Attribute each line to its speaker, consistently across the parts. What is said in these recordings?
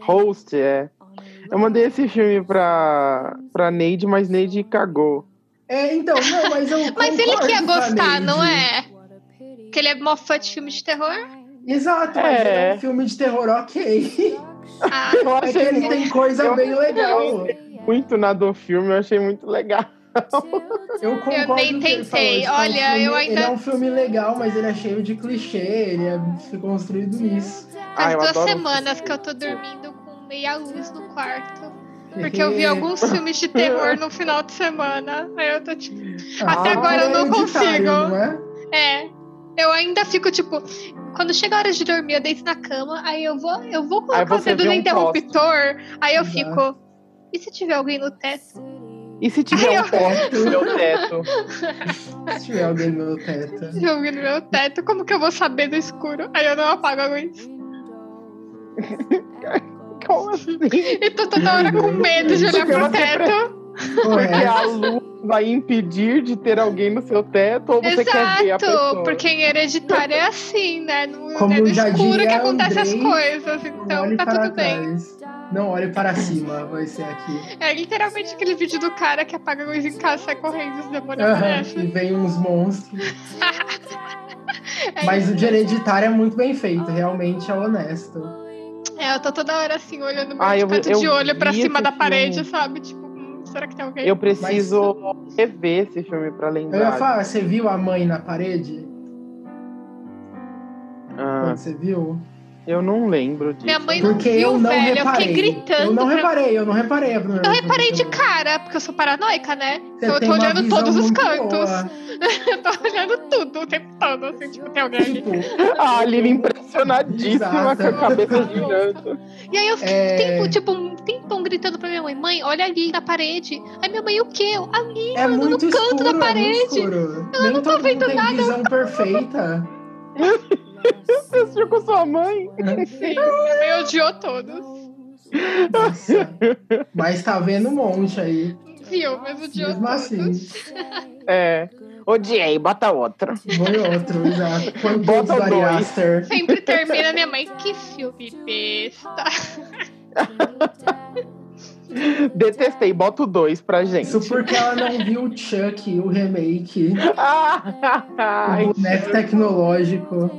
Speaker 1: Host, é. Eu mandei esse filme pra, pra Neide, mas Neide cagou.
Speaker 2: É, então, não, mas eu.
Speaker 3: Mas ele
Speaker 2: concordo
Speaker 3: que ia
Speaker 2: com a
Speaker 3: gostar,
Speaker 2: Neide.
Speaker 3: não é? Que ele é mó fã de filme de terror?
Speaker 2: Exato, mas
Speaker 1: É.
Speaker 2: é um filme de terror, ok.
Speaker 3: Ah,
Speaker 1: Eu
Speaker 2: É que ele
Speaker 1: achei
Speaker 2: tem coisa
Speaker 1: Eu-
Speaker 2: bem legal.
Speaker 1: muito nada o filme, eu achei muito legal.
Speaker 2: Eu concordo
Speaker 3: Eu nem
Speaker 2: com o que ele falou,
Speaker 3: tentei.
Speaker 2: tipo, é um
Speaker 3: Olha,
Speaker 2: filme-
Speaker 3: eu ainda-
Speaker 2: Ele é um filme legal, mas ele é cheio de clichê, ele é foi construído nisso.
Speaker 1: Ah,
Speaker 3: faz
Speaker 1: eu
Speaker 3: duas
Speaker 1: adoro-
Speaker 3: semanas que eu tô dormindo com meia luz no quarto. Porque eu
Speaker 2: é
Speaker 1: É.
Speaker 3: vi alguns filmes de terror no final de semana. Aí eu tô tipo. até agora eu não
Speaker 2: Ah, hereditário,
Speaker 3: consigo.
Speaker 2: não é?
Speaker 3: É. Eu ainda fico, tipo, quando chega a hora de dormir, eu deito na cama, aí eu vou, eu vou
Speaker 1: Aí
Speaker 3: colocar o
Speaker 1: você
Speaker 3: dedo
Speaker 1: vê
Speaker 3: no
Speaker 1: um
Speaker 3: interruptor, aí eu
Speaker 2: Exato.
Speaker 3: fico. E se tiver alguém no teto?
Speaker 1: E se tiver
Speaker 3: Ai,
Speaker 1: um poste no meu teto?
Speaker 2: Se tiver alguém no meu teto.
Speaker 3: Se tiver alguém no meu teto, como que eu vou saber no escuro? Aí eu não apago a luz.
Speaker 1: Como assim?
Speaker 3: E tô toda hora com medo de olhar
Speaker 1: Porque
Speaker 3: pro
Speaker 1: você
Speaker 3: teto.
Speaker 1: Porque
Speaker 2: Correto.
Speaker 1: a luz vai impedir de ter alguém no seu teto ou você quer ver a
Speaker 3: Exato,
Speaker 1: pessoa?
Speaker 3: porque em hereditário é assim, né? No,
Speaker 2: Como
Speaker 3: é no
Speaker 2: já
Speaker 3: escuro que
Speaker 2: diria
Speaker 3: acontecem as
Speaker 2: Andrei,
Speaker 3: coisas,
Speaker 2: não
Speaker 3: então
Speaker 2: olhe
Speaker 3: tá
Speaker 2: para
Speaker 3: tudo bem.
Speaker 2: trás. Não olhe para cima, vai ser aqui.
Speaker 3: É literalmente aquele vídeo do cara que apaga a luz em casa, sai correndo e os demônios
Speaker 2: Aham,
Speaker 3: aparecem.
Speaker 2: E vem uns monstros.
Speaker 3: É
Speaker 2: Mas o de hereditário é muito bem feito, realmente é honesto.
Speaker 3: É, eu tô toda hora assim, olhando
Speaker 1: Ah,
Speaker 3: muito
Speaker 1: eu-
Speaker 3: perto
Speaker 1: eu
Speaker 3: de olho pra
Speaker 1: vi
Speaker 3: cima
Speaker 1: esse
Speaker 3: da parede,
Speaker 1: filme.
Speaker 3: sabe? Tipo, hum, será que tem alguém?
Speaker 1: Eu preciso rever esse filme pra
Speaker 2: Eu ia
Speaker 1: lembrar.
Speaker 2: falar, você viu a mãe na parede?
Speaker 1: Ah,
Speaker 2: Quando você viu?
Speaker 1: eu não lembro disso.
Speaker 3: Minha mãe não
Speaker 2: Porque
Speaker 3: Ah. viu,
Speaker 2: eu não
Speaker 3: velho. Eu
Speaker 2: reparei.
Speaker 3: fiquei gritando.
Speaker 2: Eu não
Speaker 3: pra-
Speaker 2: reparei, eu não reparei. É Eu
Speaker 3: Eu reparei de cara, porque eu sou paranoica, né? Então eu tô olhando todos os cantos. Eu tô olhando tudo o tempo todo, assim, tipo, tem alguém ali.
Speaker 2: Tipo,
Speaker 1: A Aline é impressionadíssima com a
Speaker 2: Exato.
Speaker 1: cabeça girando.
Speaker 3: E aí eu fiquei
Speaker 2: É.
Speaker 3: um tempo, tipo, um tempão gritando pra minha mãe, mãe, olha ali na parede. Aí minha mãe, o quê? Eu, "Ah, Ali,
Speaker 2: é
Speaker 3: mano,
Speaker 2: muito
Speaker 3: no canto
Speaker 2: escuro,
Speaker 3: da
Speaker 2: é muito
Speaker 3: parede.
Speaker 2: escuro. Eu Nem
Speaker 3: não tô
Speaker 2: todo mundo
Speaker 3: vendo
Speaker 2: tem
Speaker 3: nada.
Speaker 2: visão perfeita.
Speaker 1: Você assistiu com sua mãe?
Speaker 3: Sim, minha mãe odiou todos.
Speaker 2: Nossa. Mas tá vendo um monte aí.
Speaker 3: Viu, mas odiou
Speaker 2: Mesmo
Speaker 3: todos.
Speaker 2: assim,
Speaker 1: É. Odiei, bota outra.
Speaker 2: vou em outro, exato. Quando
Speaker 1: Bota
Speaker 2: todos
Speaker 1: dois.
Speaker 2: Ari Aster.
Speaker 3: Sempre termina minha mãe, que filme besta.
Speaker 1: Detestei, bota o dois pra gente.
Speaker 2: Isso porque ela não viu o Chuck, o remake,
Speaker 1: Ah, Ai,
Speaker 2: o boneco tecnológico.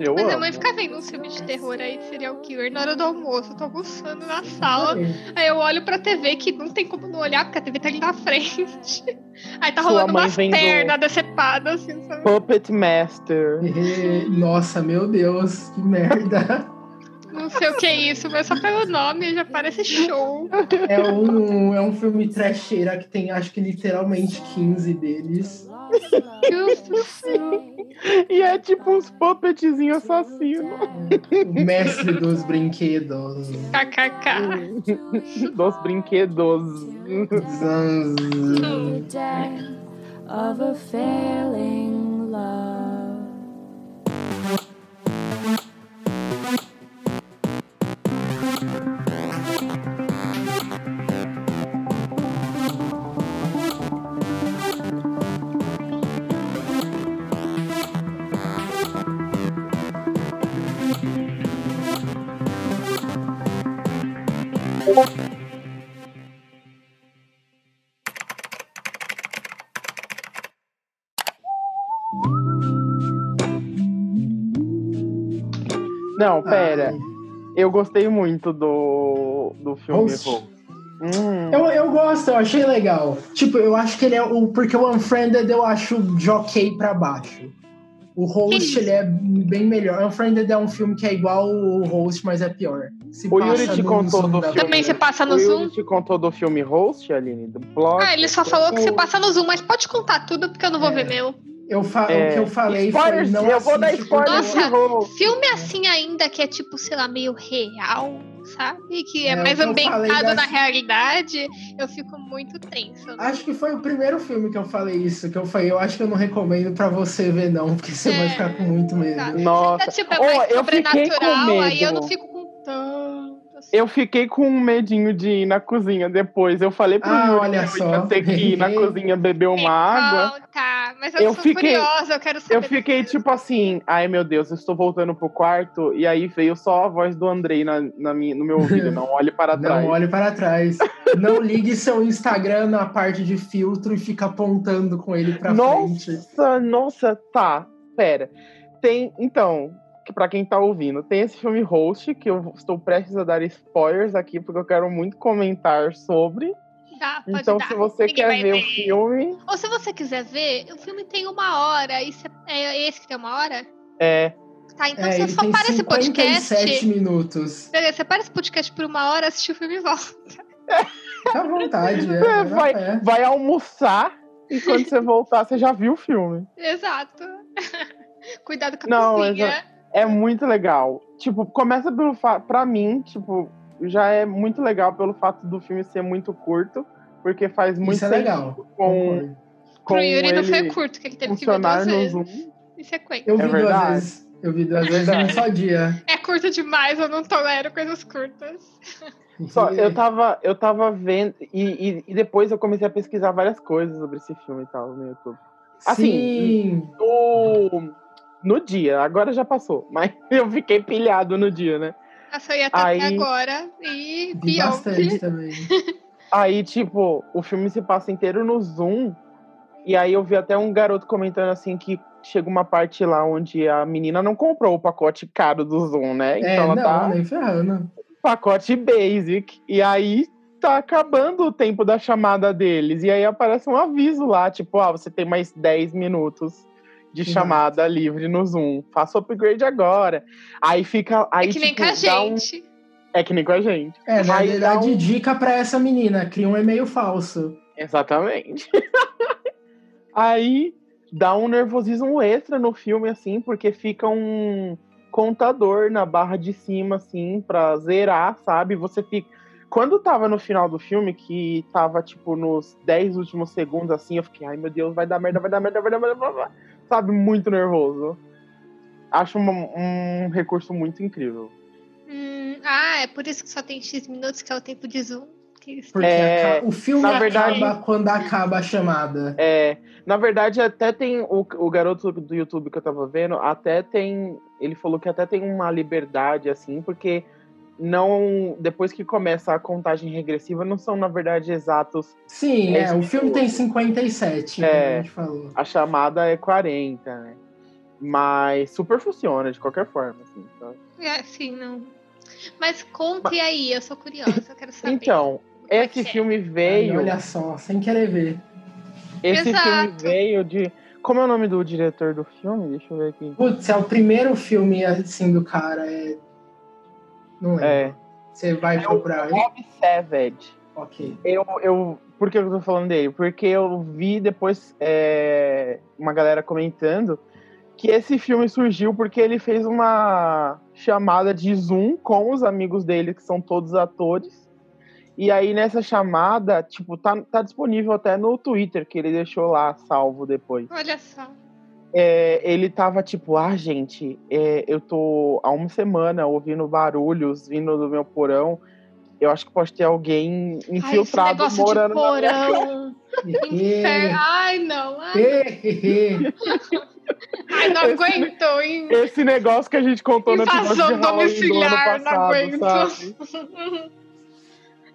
Speaker 1: eu
Speaker 3: Mas minha
Speaker 1: amo.
Speaker 3: mãe fica vendo um filme de terror aí de serial killer na hora do almoço. Eu tô almoçando na sala. Aí eu olho pra TV que não tem como não olhar, porque a TV tá ali na frente. Aí tá
Speaker 1: Sua
Speaker 3: rolando
Speaker 1: mãe
Speaker 3: umas
Speaker 1: vendo-
Speaker 3: pernas decepadas, assim, sabe?
Speaker 1: Puppet Master.
Speaker 2: Eh, Nossa, meu Deus, que merda.
Speaker 3: Não sei o que é isso, mas só pelo nome já parece show.
Speaker 2: É um, é um filme trecheira que tem, acho que literalmente 15 deles.
Speaker 1: E é tipo uns puppetzinhos assassinos
Speaker 2: O mestre dos brinquedos.
Speaker 3: KKK.
Speaker 1: dos brinquedos.
Speaker 2: Zanz.
Speaker 4: of a failing love.
Speaker 1: Não, pera.
Speaker 2: Ai.
Speaker 1: Eu gostei muito do, do filme
Speaker 2: Host.
Speaker 1: Host. Hum.
Speaker 2: Eu, eu gosto, eu achei legal. Tipo, eu acho que ele é o. Porque o Unfriended eu acho de ok pra baixo. O Host, ele é bem melhor. Unfriended é um filme que é igual o Host, mas é pior. Se
Speaker 1: O Yuri
Speaker 2: passa
Speaker 1: te
Speaker 2: num
Speaker 1: contou
Speaker 2: Zoom
Speaker 1: do
Speaker 2: da-
Speaker 1: filme.
Speaker 3: Também você passa no
Speaker 1: O
Speaker 3: Zoom?
Speaker 1: Yuri te contou do filme Host, Aline? Do plot?
Speaker 3: Ah, ele só falou que você passa no Zoom, mas pode contar tudo, porque eu não vou ver meu.
Speaker 2: Eu fa...
Speaker 1: É.
Speaker 2: O que eu falei
Speaker 1: Spoilers,
Speaker 2: foi. Não
Speaker 1: eu vou dar
Speaker 2: assiste
Speaker 1: spoiler
Speaker 2: porque-
Speaker 1: de
Speaker 3: Nossa,
Speaker 1: Host.
Speaker 3: Filme assim ainda, que é tipo, sei lá, meio real, sabe? Que é,
Speaker 2: É, o
Speaker 3: mais
Speaker 2: que eu falei
Speaker 3: ambientado
Speaker 2: das-
Speaker 3: na realidade, eu fico muito tensa.
Speaker 2: Acho que foi o primeiro filme que eu falei isso, que eu falei, eu acho que eu não recomendo pra você ver não, porque você
Speaker 3: É,
Speaker 2: vai ficar com muito medo.
Speaker 3: exato.
Speaker 1: Nossa.
Speaker 3: Tipo, é
Speaker 1: Ó,
Speaker 3: mais
Speaker 1: eu fiquei com
Speaker 3: sobrenatural, aí eu
Speaker 1: medo.
Speaker 3: não fico com tanto
Speaker 1: Eu fiquei com um medinho de ir na cozinha depois. Eu falei pro
Speaker 2: Ah,
Speaker 1: Yuri
Speaker 2: olha
Speaker 1: que eu
Speaker 2: só.
Speaker 1: ia ter que ir na cozinha beber uma água.
Speaker 3: assim, Tá, mas eu,
Speaker 1: Eu
Speaker 3: sou
Speaker 1: fiquei-
Speaker 3: curiosa, eu quero saber.
Speaker 1: Eu fiquei tipo assim, ai meu Deus, eu estou voltando pro quarto. E aí veio só a voz do Andrei na, na minha, no meu ouvido, não olhe para trás.
Speaker 2: Não olhe para trás. Não ligue seu Instagram na parte de filtro e fica apontando com ele pra frente.
Speaker 1: Nossa, nossa, tá. Pera. Tem, então, que para quem tá ouvindo, tem esse filme Host que eu estou prestes a dar spoilers aqui porque eu quero muito comentar sobre.
Speaker 3: Dá, pode
Speaker 1: então,
Speaker 3: dar.
Speaker 1: se você
Speaker 3: Ninguém
Speaker 1: quer
Speaker 3: vai
Speaker 1: ver o filme,
Speaker 3: Ou se você quiser ver, o filme tem uma hora. E se- é esse que tem uma hora?
Speaker 1: é,
Speaker 3: Tá, então
Speaker 2: É,
Speaker 3: você
Speaker 2: ele
Speaker 3: só
Speaker 2: tem
Speaker 3: para esse
Speaker 2: 57
Speaker 3: podcast.
Speaker 2: minutos.
Speaker 3: Beleza, Você para esse podcast por uma hora, assistir o filme e volta.
Speaker 2: Fica à vontade. É,
Speaker 1: É,
Speaker 2: na
Speaker 1: vai.
Speaker 2: fé.
Speaker 1: vai almoçar e quando você voltar, você já viu o filme.
Speaker 3: Exato. Cuidado com a
Speaker 1: Não,
Speaker 3: cozinha.
Speaker 1: É muito legal. Tipo, começa pelo fato. Pra mim, tipo, já é muito legal pelo fato do filme ser muito curto, porque faz muito
Speaker 2: Isso é
Speaker 1: sentido
Speaker 2: legal.
Speaker 1: com,
Speaker 2: concordo.
Speaker 1: com
Speaker 3: Pro Yuri não foi
Speaker 1: ele
Speaker 3: curto, que ele teve que ver
Speaker 1: funcionar um.
Speaker 3: duas
Speaker 1: no
Speaker 3: vezes
Speaker 1: Zoom.
Speaker 3: em sequência.
Speaker 2: Eu vi duas
Speaker 1: É verdade.
Speaker 2: vezes. Eu vi duas
Speaker 1: É
Speaker 2: vezes em um
Speaker 1: verdade.
Speaker 2: só dia.
Speaker 3: É curto demais, eu não tolero coisas curtas.
Speaker 1: Só, eu tá, tava, eu tava vendo. E, e, e depois eu comecei a pesquisar várias coisas sobre esse filme e tal no YouTube. assim,
Speaker 2: Sim.
Speaker 1: No, no dia, agora já passou, mas eu fiquei pilhado no dia, né?
Speaker 3: Essa ia até
Speaker 1: Aí-
Speaker 3: agora. E É
Speaker 2: Vi bastante
Speaker 3: Beyoncé.
Speaker 2: também.
Speaker 1: Aí, tipo, o filme se passa inteiro no Zoom. E aí eu vi até um garoto comentando assim que chega uma parte lá onde a menina não comprou o pacote caro do Zoom, né? Então
Speaker 2: É,
Speaker 1: ela
Speaker 2: não,
Speaker 1: tá
Speaker 2: nem ferrando.
Speaker 1: pacote basic. E aí tá acabando o tempo da chamada deles. E aí aparece um aviso lá, tipo, ah, você tem mais 10 minutos de
Speaker 2: Exato.
Speaker 1: chamada livre no Zoom. Faça o upgrade agora. Aí fica. Aí,
Speaker 3: É que nem
Speaker 1: tipo,
Speaker 3: com a
Speaker 1: dá um-
Speaker 3: gente.
Speaker 1: É que nem com a gente.
Speaker 2: É, na
Speaker 1: Vai
Speaker 2: verdade,
Speaker 1: dar um-
Speaker 2: dica pra essa menina. Cria um e-mail falso.
Speaker 1: Exatamente. Aí dá um nervosismo extra no filme, assim, porque fica um contador na barra de cima, assim, pra zerar, sabe? Você fica. Quando tava no final do filme, que tava, tipo, nos 10 últimos segundos, assim, eu fiquei, ai meu Deus, vai dar merda, vai dar merda, vai dar merda, blá, blá, blá", sabe? Muito nervoso. Acho uma- um recurso muito incrível.
Speaker 3: Hum, ah, é por isso que só tem X minutos, que é o tempo de zoom. Que isso-
Speaker 2: Porque
Speaker 1: É,
Speaker 2: aca- o filme
Speaker 1: na verdade-
Speaker 2: acaba quando acaba a chamada.
Speaker 1: É, na verdade, até tem o, o garoto do YouTube que eu tava vendo, até tem. Ele falou que até tem uma liberdade, assim, porque não. Depois que começa a contagem regressiva, não são, na verdade, exatos.
Speaker 2: Sim, é,
Speaker 1: É
Speaker 2: o
Speaker 1: isso.
Speaker 2: filme tem 57, como
Speaker 1: É.
Speaker 2: a gente falou.
Speaker 1: A chamada é 40, né? Mas super funciona, de qualquer forma, assim. tá?
Speaker 3: É, sim, não. Mas conte aí, eu sou curiosa, eu quero saber.
Speaker 1: Então,
Speaker 3: Como é
Speaker 1: esse
Speaker 3: que é?
Speaker 1: filme
Speaker 2: Aí,
Speaker 1: veio.
Speaker 2: olha só, sem querer ver.
Speaker 1: Esse filme
Speaker 3: Exato.
Speaker 1: veio de. Como é o nome do diretor do filme? Deixa eu ver aqui.
Speaker 2: Putz, é o primeiro filme assim do cara. É... Não lembro.
Speaker 1: É.
Speaker 2: Você vai
Speaker 1: É o-
Speaker 2: procurar aí?
Speaker 1: Bob Savage.
Speaker 2: Ok.
Speaker 1: Eu, eu, por que eu tô falando dele? Porque eu vi depois é, uma galera comentando que esse filme surgiu porque ele fez uma chamada de Zoom com os amigos dele, que são todos atores. E aí nessa chamada, tipo, tá, tá disponível até no Twitter, que ele deixou lá salvo depois.
Speaker 3: Olha só.
Speaker 1: É, ele tava tipo, ah, gente, é, eu tô há uma semana ouvindo barulhos vindo do meu porão. Eu acho que pode ter alguém
Speaker 3: Ai, esse
Speaker 1: infiltrado
Speaker 3: negócio
Speaker 1: morando
Speaker 3: de
Speaker 1: na minha
Speaker 3: porão. Inferno. Ai, não. Ai,
Speaker 2: Ê,
Speaker 3: ai, não
Speaker 1: Esse-
Speaker 3: aguento, hein?
Speaker 1: Esse negócio que a gente contou no episódio de
Speaker 3: Invasão
Speaker 1: Halloween do ano
Speaker 3: domiciliar, não
Speaker 1: passado,
Speaker 3: aguento.
Speaker 1: sabe?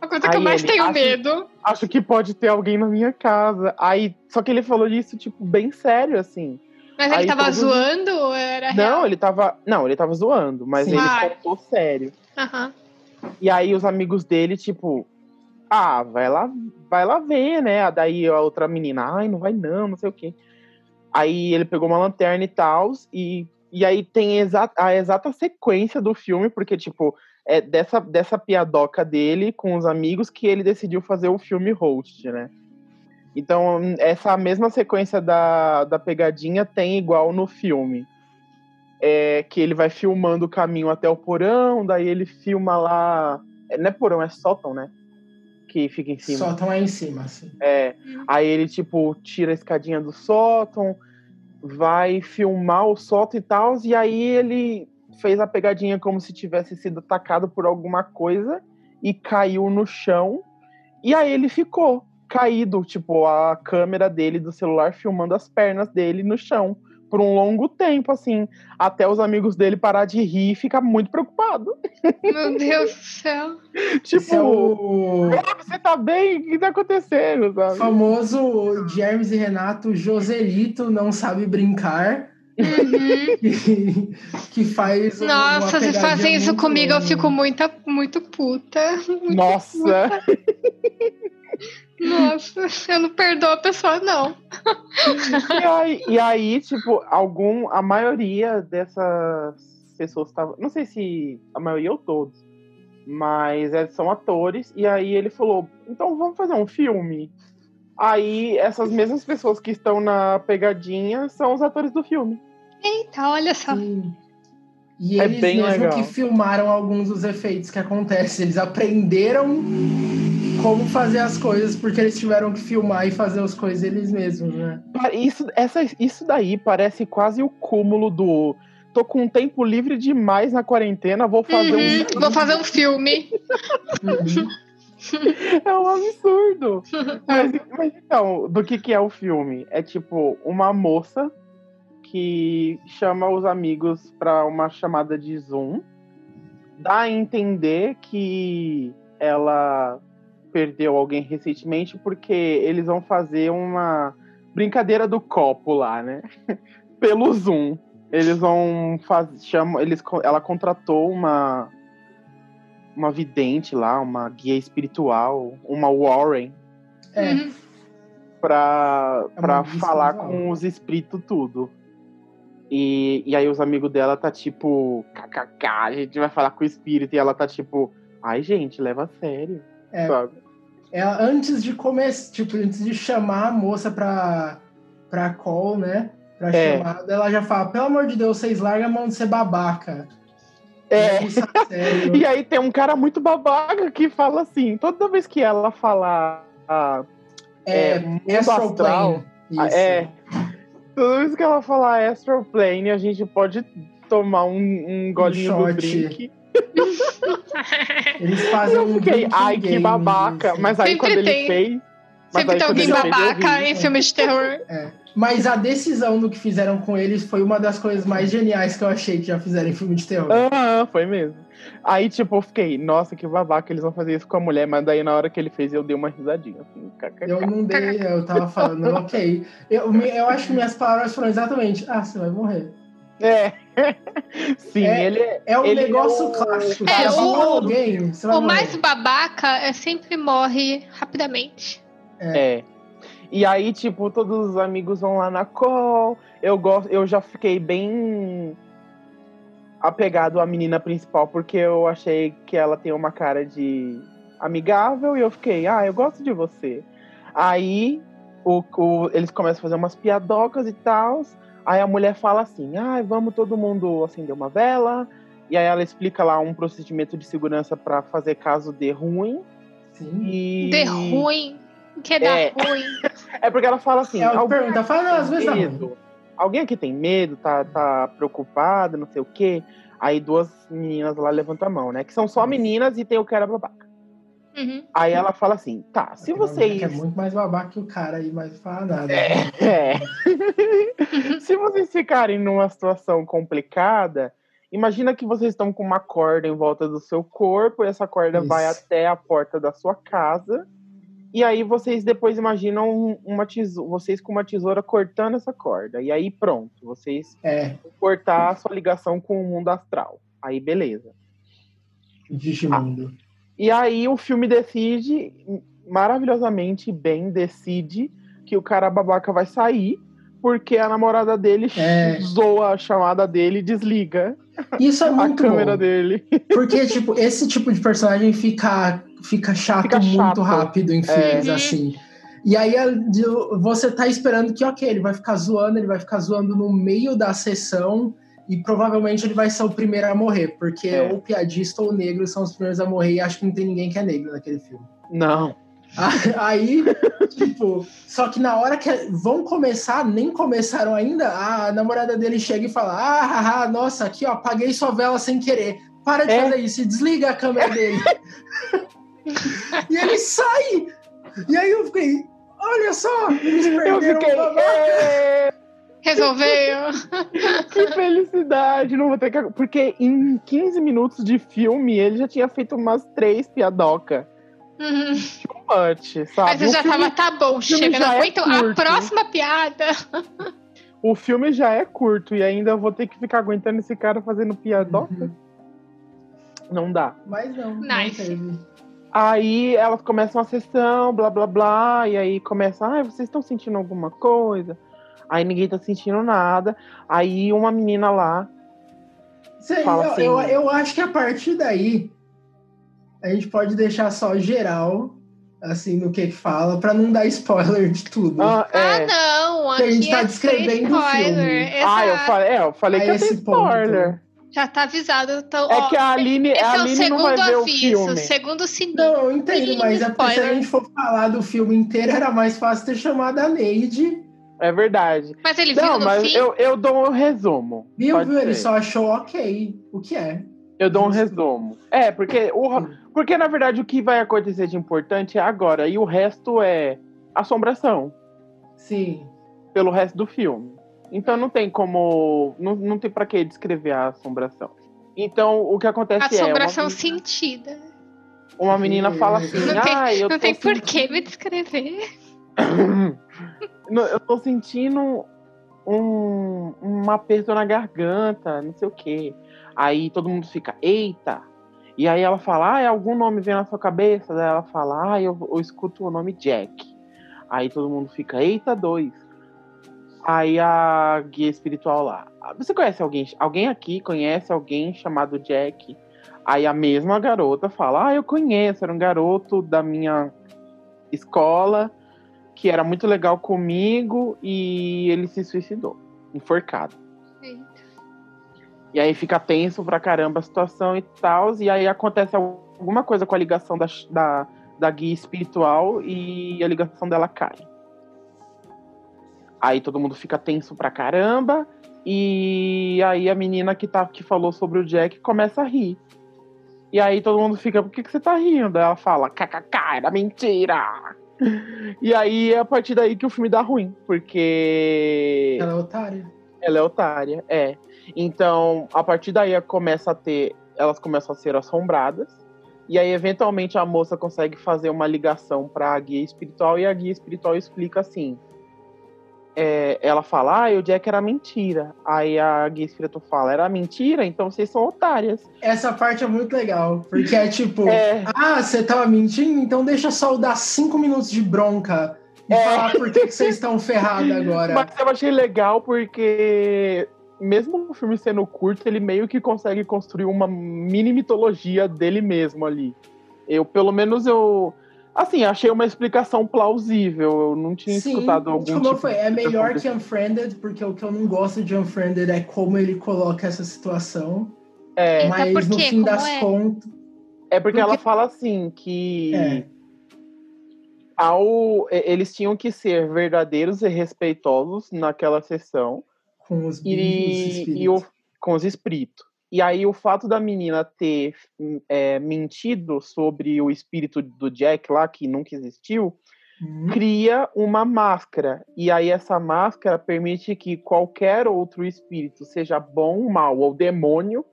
Speaker 3: A coisa que eu
Speaker 1: Aí
Speaker 3: mais
Speaker 1: ele,
Speaker 3: tenho
Speaker 1: acho-
Speaker 3: medo.
Speaker 1: Acho que pode ter alguém na minha casa. Aí, só que ele falou disso, tipo, bem sério, assim.
Speaker 3: Mas ele
Speaker 1: aí
Speaker 3: tava
Speaker 1: todo-
Speaker 3: zoando ou era É real?
Speaker 1: Não, ele tava. Não, ele tava zoando, mas
Speaker 2: Sim.
Speaker 1: ele
Speaker 3: Ah.
Speaker 1: contou sério.
Speaker 3: Aham.
Speaker 1: E aí os amigos dele, tipo, ah, vai lá, vai lá ver, né? Daí a outra menina, ai, não vai não, não sei o quê. Aí ele pegou uma lanterna e tal, e, e aí tem exa a exata sequência do filme, porque, tipo, é dessa, dessa piadoca dele com os amigos que ele decidiu fazer o filme host, né? Então, essa mesma sequência da, da pegadinha tem igual no filme é, que ele vai filmando o caminho até o porão, daí ele filma lá. é, Não é porão, é sótão, né? Que fica em cima.
Speaker 2: Soltam aí em cima, assim.
Speaker 1: É. Aí ele, tipo, tira a escadinha do sótão, vai filmar o sótão e tal, e aí ele fez a pegadinha como se tivesse sido atacado por alguma coisa e caiu no chão. E aí ele ficou caído, tipo, a câmera dele do celular filmando as pernas dele no chão por um longo tempo, assim, até os amigos dele parar de rir e ficar muito preocupado.
Speaker 3: Meu Deus do céu.
Speaker 2: Esse é
Speaker 1: Tipo,
Speaker 2: o
Speaker 1: "Ah, você tá bem? O que tá acontecendo? Sabe?
Speaker 2: famoso James e Renato Joselito não sabe brincar.
Speaker 3: Uhum.
Speaker 2: que faz uma
Speaker 3: Nossa, se
Speaker 2: pegadinha
Speaker 3: fazem isso
Speaker 2: muito
Speaker 3: comigo, eu
Speaker 2: longa.
Speaker 3: fico muito, muito puta.
Speaker 1: Nossa!
Speaker 3: Nossa, eu não perdoo a pessoa, não.
Speaker 1: E aí, e aí, tipo, algum, a maioria dessas pessoas estavam. Não sei se a maioria ou todos, mas eles são atores. E aí ele falou: então vamos fazer um filme. Aí essas mesmas pessoas que estão na pegadinha são os atores do filme.
Speaker 3: Eita, olha só.
Speaker 2: Sim. assim. E
Speaker 1: É
Speaker 2: eles
Speaker 1: bem
Speaker 2: mesmo
Speaker 1: legal.
Speaker 2: que filmaram alguns dos efeitos que acontecem. Eles aprenderam como fazer as coisas, porque eles tiveram que filmar e fazer as coisas eles mesmos, né?
Speaker 1: Pa- Isso, essa, isso daí parece quase o cúmulo do. Tô com um tempo livre demais na quarentena, vou fazer um.
Speaker 3: Uhum, Vou fazer um filme. Uhum.
Speaker 1: É um absurdo. mas, mas então, do que, que é o filme? É tipo uma moça que chama os amigos para uma chamada de Zoom, dá a entender que ela perdeu alguém recentemente porque eles vão fazer uma brincadeira do copo lá, né? Pelo Zoom. Eles vão fazer, chamam, eles, co- ela contratou uma uma vidente lá, uma guia espiritual, uma Warren,
Speaker 2: É.
Speaker 3: Uhum.
Speaker 1: pra,
Speaker 2: É
Speaker 1: pra
Speaker 2: uma guia
Speaker 1: falar
Speaker 2: espiritual.
Speaker 1: com os espíritos tudo. E, e aí os amigos dela tá tipo, kkk, a gente vai falar com o espírito. E ela tá tipo, ai gente, leva a sério.
Speaker 2: É.
Speaker 1: Sabe?
Speaker 2: Ela, antes de começar, tipo, antes de chamar a moça pra, pra call, né? Pra
Speaker 1: É.
Speaker 2: chamada, ela já fala, pelo amor de Deus, vocês largam a mão de ser babaca.
Speaker 1: É.
Speaker 2: Isso sério.
Speaker 1: E aí tem um cara muito babaca que fala assim, toda vez que ela falar. ah,
Speaker 2: É,
Speaker 1: É, mundo
Speaker 2: astral
Speaker 1: astral.
Speaker 2: plane.
Speaker 1: Ah,
Speaker 2: Isso.
Speaker 1: É. Toda vez que ela falar astral plane, a gente pode tomar um, um golinho do
Speaker 2: shot.
Speaker 1: drink.
Speaker 2: Eles fazem
Speaker 1: Eu
Speaker 2: um
Speaker 1: fiquei,
Speaker 2: drinking
Speaker 1: ai, que
Speaker 2: game
Speaker 1: babaca.
Speaker 2: disso.
Speaker 1: Mas aí
Speaker 3: Sempre
Speaker 1: quando ele
Speaker 3: tem.
Speaker 1: fez. mas
Speaker 3: Sempre
Speaker 1: aí
Speaker 3: tem
Speaker 1: quando
Speaker 3: alguém
Speaker 1: ele fez, eu né?
Speaker 3: babaca
Speaker 1: ri.
Speaker 3: em filmes de terror.
Speaker 2: Mas a decisão do que fizeram com eles foi uma das coisas mais geniais que eu achei que já fizeram em filme de terror.
Speaker 1: Aham, foi mesmo. Aí, tipo, eu fiquei, nossa, que babaca, eles vão fazer isso com a mulher, mas daí na hora que ele fez, eu dei uma risadinha. Assim, kkk.
Speaker 2: Eu não dei, eu tava falando, ok. Eu, me- eu acho que minhas palavras foram exatamente, ah, você vai morrer.
Speaker 1: É. Sim,
Speaker 2: É,
Speaker 1: ele é.
Speaker 2: É um
Speaker 1: Ele é
Speaker 2: negócio
Speaker 1: o-
Speaker 2: clássico.
Speaker 3: É,
Speaker 2: cara,
Speaker 3: o-
Speaker 2: matou alguém, você vai
Speaker 3: O
Speaker 2: morrer.
Speaker 3: mais babaca é sempre morre rapidamente.
Speaker 1: é. E aí, tipo, todos os amigos vão lá na call. Eu, gosto, eu já fiquei bem apegado à menina principal, porque eu achei que ela tem uma cara de amigável e eu fiquei, ah, eu gosto de você. Aí o, o- eles começam a fazer umas piadocas e tal. Aí a mulher fala assim: ah, vamos todo mundo acender uma vela. E aí ela explica lá um procedimento de segurança para fazer caso de ruim.
Speaker 2: Sim.
Speaker 1: E...
Speaker 3: De ruim. Que dá
Speaker 1: É.
Speaker 3: ruim.
Speaker 1: É porque ela fala assim:
Speaker 2: Ela
Speaker 1: alguém
Speaker 2: pergunta, fala, não, às vezes
Speaker 1: tem
Speaker 2: não.
Speaker 1: medo. Alguém aqui tem medo, tá, tá preocupada, não sei o quê. Aí duas meninas lá levantam a mão, né? Que são só meninas e tem o cara babaca.
Speaker 3: Uhum.
Speaker 1: Aí ela fala assim: tá, se
Speaker 2: Tem uma mulher
Speaker 1: vocês.
Speaker 2: que É muito mais babaca que o cara aí, mas não fala nada.
Speaker 1: É. se vocês ficarem numa situação complicada, imagina que vocês estão com uma corda em volta do seu corpo e essa corda
Speaker 2: Isso.
Speaker 1: vai até a porta da sua casa. E aí vocês depois imaginam um, uma tesoura, vocês com uma tesoura cortando essa corda. E aí pronto, vocês
Speaker 2: É,
Speaker 1: cortar a sua ligação com o mundo astral. Aí, beleza.
Speaker 2: Digimundo.
Speaker 1: E aí, o filme decide, maravilhosamente bem, decide que o cara babaca vai sair, porque a namorada dele
Speaker 2: É.
Speaker 1: zoa a chamada dele e desliga
Speaker 2: Isso é
Speaker 1: a
Speaker 2: muito
Speaker 1: câmera
Speaker 2: bom.
Speaker 1: dele.
Speaker 2: Porque, tipo, esse tipo de personagem fica, fica chato
Speaker 1: Fica chato.
Speaker 2: muito rápido em filmes,
Speaker 3: É.
Speaker 2: assim. E aí a- de- você tá esperando que, ok, ele vai ficar zoando, ele vai ficar zoando no meio da sessão e provavelmente ele vai ser o primeiro a morrer, porque
Speaker 1: É.
Speaker 2: ou piadista ou negro são os primeiros a morrer e acho que não tem ninguém que é negro naquele filme.
Speaker 1: Não.
Speaker 2: Aí, tipo, só que na hora que vão começar, nem começaram ainda, a namorada dele chega e fala: Ah, haha, nossa, aqui ó, apaguei sua vela sem querer. Para de
Speaker 1: É.
Speaker 2: fazer isso e desliga a câmera dele. e ele sai! E aí eu fiquei, olha só, eles
Speaker 1: Eu
Speaker 2: perderam
Speaker 1: fiquei.
Speaker 2: o babado."
Speaker 1: "É,
Speaker 3: Resolveu.
Speaker 1: que felicidade! Não vou ter que. Porque em 15 minutos de filme ele já tinha feito umas três piadoca.
Speaker 3: Uhum.
Speaker 1: Too much, sabe?
Speaker 3: Mas eu
Speaker 1: Ah, O
Speaker 3: já
Speaker 1: filme-
Speaker 3: tava, tá bom,
Speaker 1: filme
Speaker 3: chega,
Speaker 1: já
Speaker 3: não
Speaker 1: é
Speaker 3: aguento a
Speaker 1: curto.
Speaker 3: próxima piada.
Speaker 1: O filme já é curto e ainda eu vou ter que ficar aguentando esse cara fazendo piadoca. Não dá.
Speaker 2: Mas não,
Speaker 3: Nice.
Speaker 2: não teve.
Speaker 1: Aí elas começam uma sessão, blá blá blá, e aí começa, ah, vocês estão sentindo alguma coisa? Aí ninguém tá sentindo nada. Aí uma menina lá,
Speaker 2: Cê-
Speaker 1: Fala
Speaker 2: eu,
Speaker 1: assim.
Speaker 2: eu, eu acho que a partir daí a gente pode deixar só geral, assim, no que que fala, pra não dar spoiler de tudo.
Speaker 1: ah,
Speaker 3: Ah,
Speaker 1: é,
Speaker 3: não,
Speaker 2: Que a gente
Speaker 3: aqui
Speaker 2: tá
Speaker 3: é sem
Speaker 2: descrevendo o
Speaker 3: spoiler.
Speaker 2: filme.
Speaker 1: ah, eu
Speaker 3: Exato.
Speaker 1: falei, é, eu falei
Speaker 2: A
Speaker 1: que eu
Speaker 2: esse
Speaker 1: dei spoiler.
Speaker 3: Já tá avisado. Então,
Speaker 1: É
Speaker 3: ó,
Speaker 1: que a Aline,
Speaker 3: esse
Speaker 1: a
Speaker 3: é o
Speaker 1: Aline não vai
Speaker 3: segundo
Speaker 1: ver o
Speaker 3: aviso,
Speaker 1: filme.
Speaker 3: segundo sininho.
Speaker 2: Não, eu entendo,
Speaker 3: Sim,
Speaker 2: mas é porque se a
Speaker 3: spoiler.
Speaker 2: gente for falar do filme inteiro, era mais fácil ter chamado a Neide.
Speaker 1: É verdade.
Speaker 3: Mas ele viu
Speaker 1: Não,
Speaker 3: no
Speaker 1: mas
Speaker 3: fim?
Speaker 1: eu, eu dou um resumo.
Speaker 2: Viu,
Speaker 1: Pode
Speaker 2: viu? Ele
Speaker 1: ser.
Speaker 2: só achou ok. O que é?
Speaker 1: Eu dou um
Speaker 2: Justo.
Speaker 1: resumo. É, porque, o, porque na verdade o que vai acontecer de importante é agora, e o resto é assombração.
Speaker 2: Sim.
Speaker 1: pelo resto do filme. Então não tem como. Não, não tem pra que descrever a assombração. Então o que acontece é.
Speaker 3: Assombração
Speaker 1: Uma,
Speaker 3: sentida.
Speaker 1: uma menina fala assim:
Speaker 2: Não
Speaker 3: tem-
Speaker 1: ah, eu,
Speaker 3: Não
Speaker 1: tô
Speaker 3: tem por
Speaker 1: sentindo-
Speaker 3: que me descrever.
Speaker 1: Não, eu tô sentindo um, um aperto na garganta, não sei o quê. Aí todo mundo fica: eita! E aí ela fala: ah, é algum nome vem na sua cabeça? Daí ela fala: ah, eu, eu escuto o nome Jack. Aí todo mundo fica, eita, dois. Aí a guia espiritual lá. "Ah, Você conhece alguém? Alguém aqui conhece alguém chamado Jack? Aí a mesma garota fala, ah, eu conheço, era um garoto da minha escola que era muito legal comigo e ele se suicidou, enforcado.
Speaker 3: Eita.
Speaker 1: E aí fica tenso pra caramba a situação e tal. E aí acontece al- alguma coisa com a ligação da, ch- da, da guia espiritual e a ligação dela cai. Aí todo mundo fica tenso pra caramba. E aí a menina que, tá, que falou sobre o Jack começa a rir. E aí todo mundo fica, por que, que você tá rindo? Aí Ela fala, kkk, era mentira! E aí é a partir daí que o filme dá ruim, porque.
Speaker 2: Ela é otária.
Speaker 1: Ela é otária, é. Então, a partir daí começa a ter. Elas começam a ser assombradas. E aí, eventualmente, a moça consegue fazer uma ligação para a guia espiritual. E a guia espiritual explica assim: é, ela fala, ah, e o Jack era mentira. Aí a guia espiritual fala, era mentira? Então vocês são otárias.
Speaker 2: Essa parte é muito legal, porque é tipo,
Speaker 1: É,
Speaker 2: ah, você tava mentindo? Então deixa só eu dar cinco minutos de bronca e
Speaker 1: É.
Speaker 2: falar por que que vocês estão ferrados agora.
Speaker 1: mas eu achei legal porque. Mesmo o filme sendo curto, ele meio que consegue construir uma mini mitologia dele mesmo ali. Eu, pelo menos, eu. Assim, achei uma explicação plausível. Eu não tinha escutado algum
Speaker 2: como
Speaker 1: tipo
Speaker 2: eu falei,
Speaker 1: de
Speaker 2: é melhor que
Speaker 1: explicação
Speaker 2: Unfriended, porque o que eu não gosto de Unfriended é como ele coloca essa situação.
Speaker 1: desse- É,
Speaker 2: mas
Speaker 3: por
Speaker 2: no
Speaker 3: quê?
Speaker 2: fim
Speaker 3: Como
Speaker 2: das
Speaker 3: é?
Speaker 2: contas.
Speaker 1: é porque ela
Speaker 2: porque-
Speaker 1: fala assim que.
Speaker 2: É.
Speaker 1: Ao, e- eles tinham que ser verdadeiros e respeitosos naquela sessão
Speaker 2: Com os bichos,
Speaker 1: e, e o, com os espíritos. E aí o fato da menina ter hum, é, mentido sobre o espírito do Jack lá, que nunca existiu,
Speaker 2: espíritos.
Speaker 1: cria uma máscara. E aí essa máscara permite que qualquer outro espírito, seja bom, mal ou demônio,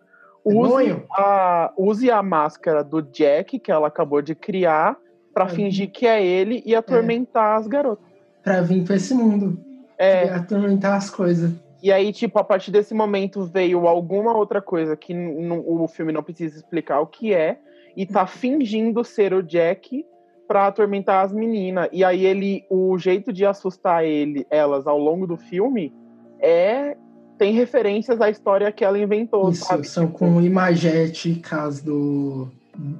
Speaker 1: use
Speaker 2: Demônio?
Speaker 1: a, use a máscara do Jack que ela acabou de criar para
Speaker 2: Uhum. É.
Speaker 1: fingir que é ele e atormentar as garotas.
Speaker 2: Pra vir pra esse mundo
Speaker 1: É,
Speaker 2: e atormentar as coisas.
Speaker 1: E aí, tipo, a partir desse momento veio alguma outra coisa que n- n- o filme não precisa explicar o que é, e
Speaker 2: Uhum.
Speaker 1: tá fingindo ser o Jack pra atormentar as meninas. E aí ele, o jeito de assustar ele, elas ao longo do filme é tem referências à história que ela inventou,
Speaker 2: Isso,
Speaker 1: sabe? Tipo,
Speaker 2: são com imagete, caso do,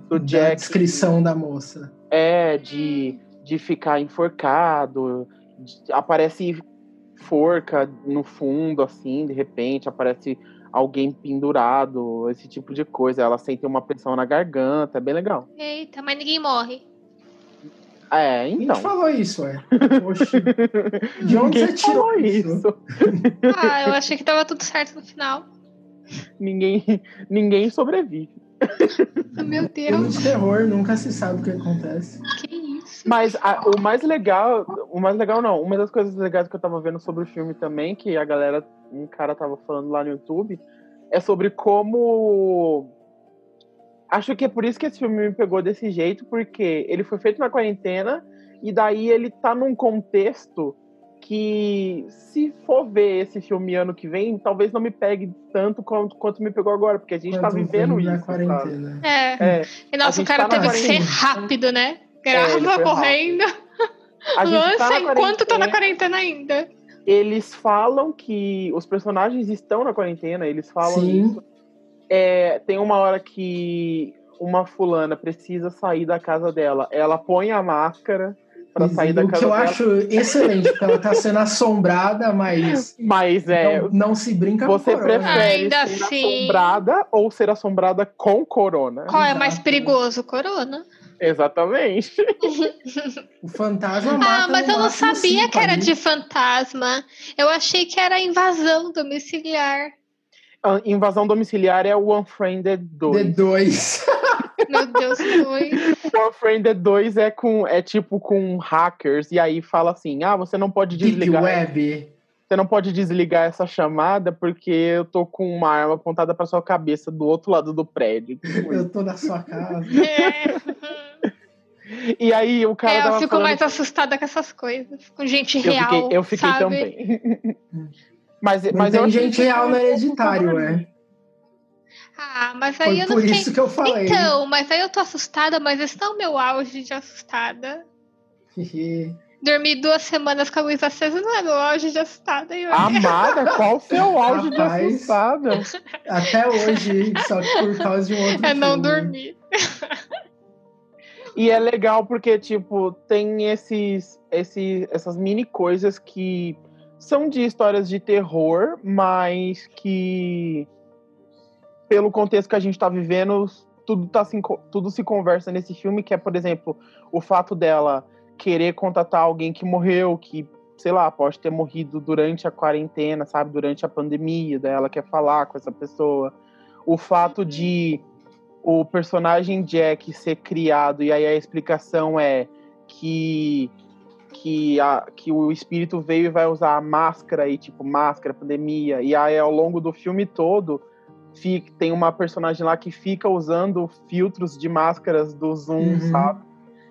Speaker 1: Do
Speaker 2: da
Speaker 1: Jack.
Speaker 2: descrição da moça.
Speaker 1: É, de, de ficar enforcado, de- aparece forca no fundo, assim, de repente, aparece alguém pendurado, esse tipo de coisa. Ela sente uma pressão na garganta, é bem legal.
Speaker 3: Eita, mas ninguém morre.
Speaker 1: É,
Speaker 2: Quem
Speaker 1: então.
Speaker 2: te falou isso, é? Oxi. De onde
Speaker 1: Ninguém
Speaker 2: você tirou
Speaker 1: falou
Speaker 2: isso?
Speaker 3: Ah, eu achei que tava tudo certo no final.
Speaker 1: Ninguém, ninguém sobrevive.
Speaker 3: Ah, Meu
Speaker 2: Filme
Speaker 3: Deus,
Speaker 2: de É um terror, nunca se sabe o que acontece.
Speaker 3: que isso?
Speaker 1: Mas a- o mais legal, o mais legal não, uma das coisas legais que eu tava vendo sobre o filme também, que a galera, um cara tava falando lá no YouTube, é sobre como. Acho que é por isso que esse filme me pegou desse jeito, porque ele foi feito na quarentena e daí ele tá num contexto que se for ver esse filme ano que vem, talvez não me pegue tanto quanto, quanto me pegou agora, porque a gente tá
Speaker 2: Quando
Speaker 1: vivendo
Speaker 2: vem
Speaker 1: isso.
Speaker 2: na
Speaker 1: sabe?
Speaker 2: quarentena.
Speaker 3: É.
Speaker 1: É,
Speaker 3: E
Speaker 1: A
Speaker 3: nossa,
Speaker 1: gente
Speaker 3: o cara
Speaker 1: tá na
Speaker 3: teve que ser
Speaker 2: quarentena.
Speaker 3: rápido, né?
Speaker 1: É, ele
Speaker 3: Grava
Speaker 1: foi
Speaker 3: correndo,
Speaker 1: a gente tá
Speaker 3: lança
Speaker 1: na
Speaker 3: enquanto tá na
Speaker 1: quarentena.
Speaker 3: quarentena ainda.
Speaker 1: eles falam que os personagens estão na quarentena, eles falam
Speaker 2: Sim.
Speaker 1: isso. É, tem uma hora que uma fulana precisa sair da casa dela. Ela põe a máscara pra sair da
Speaker 2: o
Speaker 1: casa
Speaker 2: que eu
Speaker 1: dela.
Speaker 2: acho excelente, porque ela tá sendo assombrada, mas
Speaker 1: Mas é,
Speaker 2: não, não se brinca
Speaker 1: você
Speaker 2: com corona.
Speaker 1: prefere
Speaker 3: Ainda
Speaker 1: ser
Speaker 3: assim.
Speaker 1: assombrada ou ser assombrada com corona?
Speaker 3: Qual é
Speaker 2: Exato.
Speaker 3: mais perigoso? Corona.
Speaker 1: Exatamente.
Speaker 2: O fantasma mata
Speaker 3: Ah, mas
Speaker 2: no
Speaker 3: eu não
Speaker 1: um
Speaker 2: máximo
Speaker 3: sabia
Speaker 2: cinco
Speaker 3: que era
Speaker 2: ali.
Speaker 3: de fantasma. Eu achei que era invasão domiciliar.
Speaker 1: A invasão domiciliar é o Unfriended 2.
Speaker 2: The dois.
Speaker 3: Meu Deus, foi.
Speaker 1: O Unfriended 2 é, com, é tipo com hackers. E aí fala assim: ah, você não pode
Speaker 2: Deep
Speaker 1: desligar.
Speaker 2: Web.
Speaker 1: você não pode desligar essa chamada porque eu tô com uma arma apontada pra sua cabeça do outro lado do prédio. Tipo isso.
Speaker 2: Eu tô na sua casa.
Speaker 3: É.
Speaker 1: E aí o cara
Speaker 3: É, eu
Speaker 1: tava
Speaker 3: fico
Speaker 1: falando-
Speaker 3: mais assustada com essas coisas. Com gente
Speaker 1: eu
Speaker 3: real.
Speaker 1: fiquei, eu fiquei
Speaker 3: sabe?
Speaker 1: também. mas
Speaker 2: Não
Speaker 1: mas eu
Speaker 2: tem
Speaker 1: achei
Speaker 2: gente
Speaker 1: que- tá
Speaker 2: real no hereditário, é.
Speaker 3: Ah, mas aí
Speaker 2: Foi
Speaker 3: eu não
Speaker 2: por
Speaker 3: fiquei.
Speaker 2: isso que eu falei.
Speaker 3: Então, mas aí eu tô assustada, mas esse não é o meu auge de assustada. Dormi duas semanas com a luz acesa não é meu auge de assustada. Eu...
Speaker 1: Ah, Amada, qual o seu áudio de
Speaker 2: Rapaz.
Speaker 1: assustada?
Speaker 2: Até hoje, só que por causa de um outro
Speaker 3: é não
Speaker 2: filme.
Speaker 3: dormir.
Speaker 1: E é legal porque, tipo, tem esses, esse, essas mini coisas que são de histórias de terror, mas que, pelo contexto que a gente tá vivendo, tudo, tá se, enco- tudo se conversa nesse filme, que é, por exemplo, o fato dela querer contatar alguém que morreu, que, sei lá, pode ter morrido durante a quarentena, sabe? Durante a pandemia, daí ela quer falar com essa pessoa. O fato de o personagem Jack ser criado, e aí a explicação é que que, a, que o espírito veio e vai usar a máscara e tipo máscara, pandemia. E aí ao longo do filme todo fica, tem uma personagem lá que fica usando filtros de máscaras do Zoom,
Speaker 2: Uhum.
Speaker 1: sabe?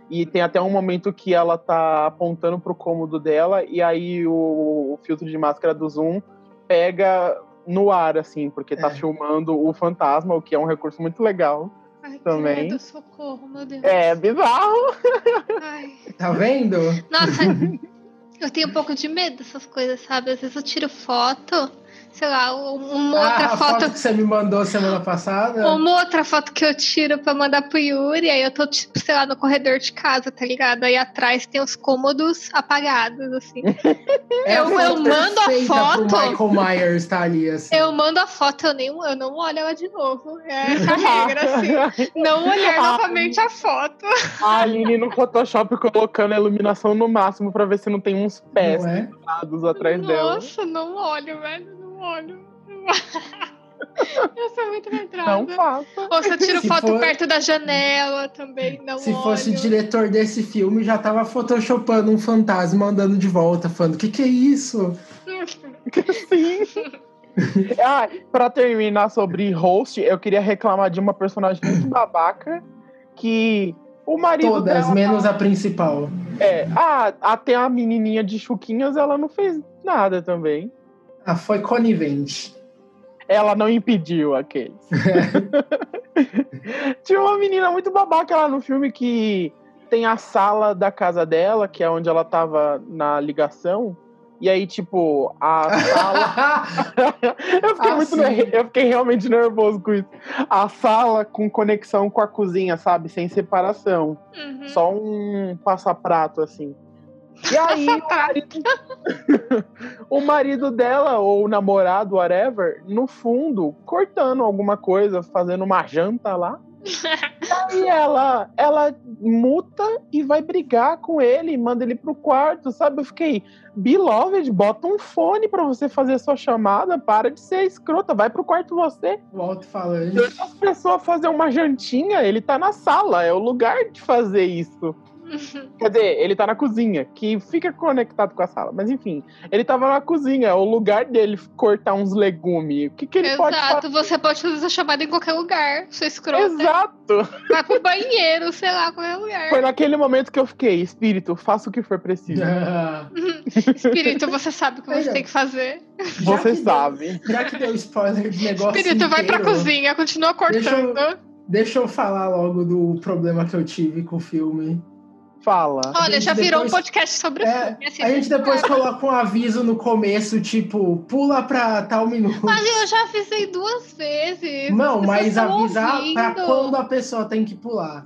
Speaker 1: E tem até um momento que ela tá apontando pro cômodo dela e aí o, o filtro de máscara do Zoom pega no ar assim, porque tá
Speaker 2: É.
Speaker 1: filmando o fantasma, o que é um recurso muito legal.
Speaker 3: Ai,
Speaker 1: Também.
Speaker 3: credo, socorro, meu Deus.
Speaker 1: É bizarro.
Speaker 3: Ai.
Speaker 2: Tá vendo?
Speaker 3: Nossa, eu tenho um pouco de medo dessas coisas, sabe? Às vezes eu tiro foto, sei lá, um- uma
Speaker 2: ah,
Speaker 3: outra
Speaker 2: a foto...
Speaker 3: foto.
Speaker 2: que você me mandou semana passada.
Speaker 3: Uma outra foto que eu tiro pra mandar pro Yuri, aí eu tô, tipo, sei lá, no corredor de casa, tá ligado? Aí atrás tem os cômodos apagados, assim.
Speaker 2: É a
Speaker 3: eu- eu
Speaker 2: foto
Speaker 3: mando a
Speaker 2: perfeita pro
Speaker 3: foto.
Speaker 2: Michael Myers tá ali, assim.
Speaker 3: Eu mando a foto, eu, nem, eu não olho ela de novo. É essa a regra, assim. Não olhar
Speaker 1: Ah.
Speaker 3: novamente a foto.
Speaker 1: A Aline no Photoshop colocando a iluminação no máximo pra ver se não tem uns pés
Speaker 2: Não é?
Speaker 1: dados atrás dela.
Speaker 3: Nossa, não olho, velho. Não olho. Eu sou muito
Speaker 1: Não
Speaker 3: metrada.
Speaker 1: faça.
Speaker 3: Ou se eu tiro
Speaker 2: Se
Speaker 3: foto
Speaker 2: for-
Speaker 3: perto da janela também, não
Speaker 2: Se fosse o
Speaker 3: olho.
Speaker 2: diretor desse filme, já tava photoshopando um fantasma andando de volta, falando: que que é isso?
Speaker 1: Sim. Ah, pra terminar sobre host, eu queria reclamar de uma personagem muito babaca que o marido
Speaker 2: Todas, né?
Speaker 1: dela
Speaker 2: menos
Speaker 3: tá
Speaker 2: a principal.
Speaker 1: é, ah, até a menininha de chuquinhas ela não fez nada também.
Speaker 2: Ah, foi conivente.
Speaker 1: Ela não impediu a Kate. Tinha uma menina muito babaca lá no filme que tem a sala da casa dela, que é onde ela tava na ligação. E aí, tipo, a sala. eu, fiquei
Speaker 2: Ah,
Speaker 1: muito
Speaker 2: sim.
Speaker 1: ner- eu fiquei realmente nervoso com isso. A sala com conexão com a cozinha, sabe? Sem separação.
Speaker 3: Uhum.
Speaker 1: Só um passaprato, assim. E aí, o marido... o marido dela, ou o namorado, whatever, no fundo, cortando alguma coisa, fazendo uma janta lá. Aí ela, ela muta e vai brigar com ele, manda ele pro quarto, sabe? Eu fiquei, Beloved, bota um fone pra você fazer a sua chamada, para de ser escrota, vai pro quarto você.
Speaker 2: O alto-falante.
Speaker 1: Deixa as pessoas fazer uma jantinha, ele tá na sala, é o lugar de fazer isso. Quer dizer, ele tá na cozinha, que fica conectado com a sala. Mas enfim, ele tava na cozinha, é o lugar dele cortar uns legumes. O que, que ele pode fazer?
Speaker 3: Exato, você pode fazer essa chamada em qualquer lugar, sou escrota.
Speaker 1: Exato!
Speaker 3: Vai pro banheiro, sei lá, qualquer lugar.
Speaker 1: Foi naquele momento que eu fiquei, espírito, faça o que for preciso.
Speaker 2: Ah,
Speaker 1: é.
Speaker 3: Espírito, você sabe o que
Speaker 2: é.
Speaker 3: você tem que fazer.
Speaker 2: já que
Speaker 1: Você
Speaker 2: deu-
Speaker 1: sabe.
Speaker 2: já que deu spoiler de negócio
Speaker 3: Espírito, vai pra
Speaker 2: inteiro, né?
Speaker 3: cozinha, continua
Speaker 2: Deixa eu-
Speaker 3: cortando.
Speaker 2: Deixa eu falar logo do problema que eu tive com o filme.
Speaker 1: Fala.
Speaker 3: Olha,
Speaker 2: gente
Speaker 3: já virou um
Speaker 2: depois-
Speaker 3: podcast sobre
Speaker 2: É,
Speaker 3: filme. Assim,
Speaker 2: A gente depois coloca um aviso no começo, tipo, pula pra tal minuto.
Speaker 3: Mas eu já avisei duas vezes.
Speaker 2: Não,
Speaker 3: Vocês
Speaker 2: mas
Speaker 3: estão
Speaker 2: avisar
Speaker 3: ouvindo.
Speaker 2: pra quando a pessoa tem que pular.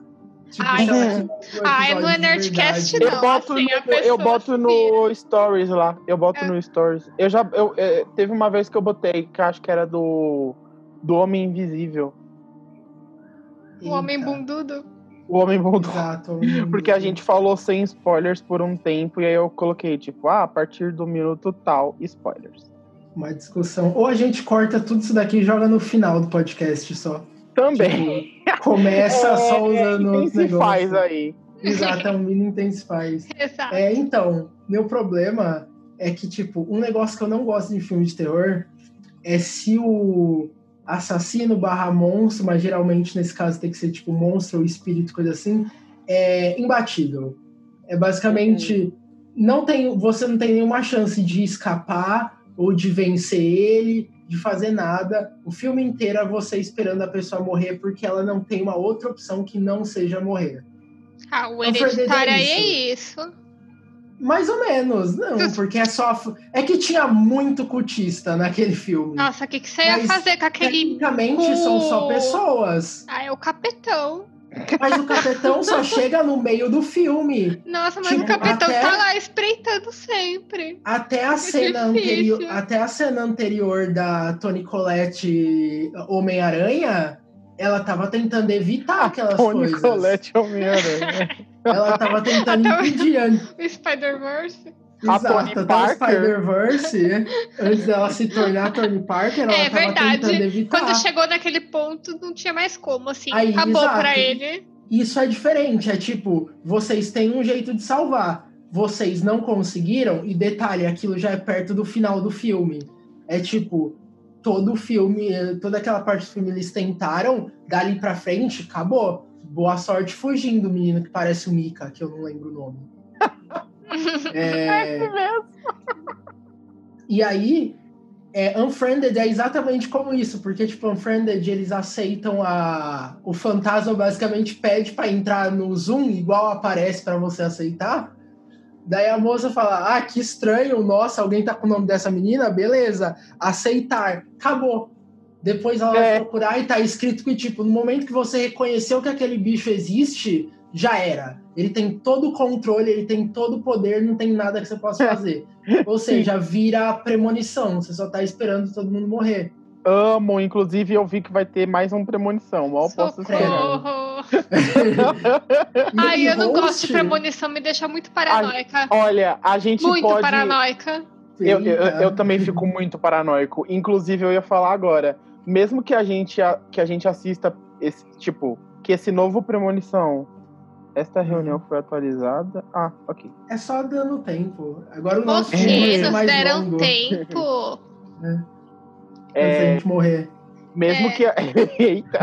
Speaker 2: Tipo,
Speaker 3: Ai,
Speaker 2: sei lá,
Speaker 1: não.
Speaker 2: tipo, um
Speaker 3: Ai,
Speaker 2: episódio
Speaker 3: não é
Speaker 2: de
Speaker 3: Nerdcast,
Speaker 2: verdade.
Speaker 1: Eu
Speaker 3: Não,
Speaker 1: boto,
Speaker 3: assim, a
Speaker 1: no,
Speaker 3: pessoa É.
Speaker 1: eu boto no Stories lá. Eu boto no Stories. Eu já. Eu, eh, teve uma vez que eu botei, que eu acho que era do. Do Homem Invisível.
Speaker 3: O um homem
Speaker 2: Eita.
Speaker 3: bundudo.
Speaker 1: O Homem Bondou.
Speaker 2: Exato. homem bom.
Speaker 1: Porque a gente falou sem spoilers por um tempo, e aí eu coloquei, tipo, ah, a partir do minuto tal, spoilers.
Speaker 2: Uma discussão. Ou a gente corta tudo isso daqui e joga no final do podcast só.
Speaker 1: Também. é,
Speaker 2: Tipo, começa só usando
Speaker 1: Quem
Speaker 2: os
Speaker 1: se
Speaker 2: Tipo, negócios.
Speaker 1: faz aí?
Speaker 2: Exato, é um mini intensifies.
Speaker 3: Exato.
Speaker 2: É, então, meu problema é que, tipo, um negócio que eu não gosto de filme de terror é se o assassino barra monstro, mas geralmente nesse caso tem que ser tipo monstro ou espírito, coisa assim, é imbatível. É basicamente, não tem, você não tem nenhuma chance de escapar ou de vencer ele, de fazer nada. O filme inteiro é você esperando a pessoa morrer porque ela não tem uma outra opção que não seja morrer.
Speaker 3: Ah, o
Speaker 2: Então, Fernanda, é
Speaker 3: hereditário aí é isso.
Speaker 2: Mais ou menos, não, porque é só. É que tinha muito cutista naquele filme.
Speaker 3: Nossa, o que, Ah, que você ia
Speaker 2: Mas é
Speaker 3: fazer com aquele.
Speaker 2: Tecnicamente são só
Speaker 3: cu.
Speaker 2: pessoas.
Speaker 3: Ah, é o capetão.
Speaker 2: Mas o capitão só chega no meio do filme.
Speaker 3: Nossa, mas o
Speaker 2: Tipo,
Speaker 3: capetão
Speaker 2: até-
Speaker 3: tá lá espreitando sempre.
Speaker 2: Até a cena
Speaker 3: É difícil.
Speaker 2: anterior, até a cena anterior da Toni Collette Homem-Aranha, ela tava tentando evitar aquelas
Speaker 1: Tony é
Speaker 2: coisas.
Speaker 1: Colette Homem-Aranha.
Speaker 2: Ela tava tentando
Speaker 3: Até o-
Speaker 2: impedir antes.
Speaker 3: O Spider-Verse.
Speaker 2: Tá.
Speaker 1: A
Speaker 2: Exato,
Speaker 1: Tony
Speaker 2: até o
Speaker 1: Parker.
Speaker 2: Spider-Verse, antes dela se tornar a Tony Parker, ela
Speaker 3: É
Speaker 2: tava
Speaker 3: verdade.
Speaker 2: tentando evitar.
Speaker 3: Quando chegou naquele ponto, não tinha mais como, assim.
Speaker 2: Aí,
Speaker 3: Acabou
Speaker 2: exato.
Speaker 3: pra ele.
Speaker 2: Isso é diferente, é tipo, vocês têm um jeito de salvar, vocês não conseguiram, e detalhe, aquilo já é perto do final do filme. É tipo, todo o filme, eh, toda aquela parte do filme eles tentaram, dali pra frente, acabou. Boa sorte fugindo, menino que parece o Mika, que eu não lembro o nome. É,
Speaker 1: Esse mesmo.
Speaker 2: e aí, é, Unfriended é exatamente como isso, porque, tipo, Unfriended eles aceitam a. O fantasma basicamente pede pra entrar no Zoom, igual aparece pra você aceitar. Daí a moça fala: Ah, que estranho, nossa, alguém tá com o nome dessa menina? Beleza, aceitar. Acabou. Depois ela
Speaker 1: É.
Speaker 2: vai procurar e tá escrito que, tipo, no momento que você reconheceu que aquele bicho existe, já era. Ele tem todo o controle, ele tem todo o poder, não tem nada que você
Speaker 1: É.
Speaker 2: possa fazer. Ou seja, vira premonição, você só tá esperando todo mundo morrer.
Speaker 1: Amo, inclusive eu vi que vai ter mais um premonição. Mal posso esperar.
Speaker 3: Socorro.
Speaker 2: E
Speaker 3: Ai,
Speaker 2: o
Speaker 3: eu não gosto
Speaker 2: host-
Speaker 3: de premonição, me deixa muito paranoica.
Speaker 1: Olha, a gente
Speaker 3: muito
Speaker 1: pode.
Speaker 3: paranoica.
Speaker 1: Eu, eu, eu- eu
Speaker 2: Eita.
Speaker 1: também fico muito paranoico. Inclusive, eu ia falar agora. Mesmo que a gente, a- que a gente assista esse tipo, que esse novo premonição. Esta reunião foi atualizada. Ah, ok.
Speaker 2: É só dando tempo. Agora o nosso
Speaker 3: Vocês
Speaker 2: filme é
Speaker 3: nos
Speaker 2: mais
Speaker 3: deram
Speaker 2: longo.
Speaker 3: tempo.
Speaker 2: antes da
Speaker 1: É,
Speaker 2: gente morrer.
Speaker 1: mesmo
Speaker 3: É.
Speaker 1: que. Eita!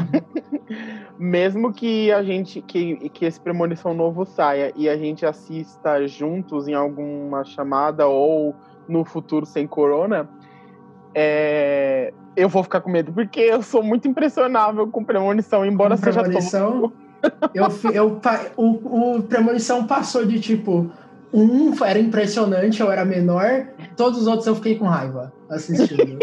Speaker 1: mesmo que a gente. Que, que esse premonição novo saia e a gente assista juntos em alguma chamada ou no futuro sem corona. É, eu vou ficar com medo, porque eu sou muito impressionável com premonição, embora
Speaker 2: Com
Speaker 1: seja todo
Speaker 2: premonição, eu, fi- eu, pa- o, o Premonição passou de tipo. Um era impressionante, eu era menor. Todos os outros eu fiquei com raiva assistindo.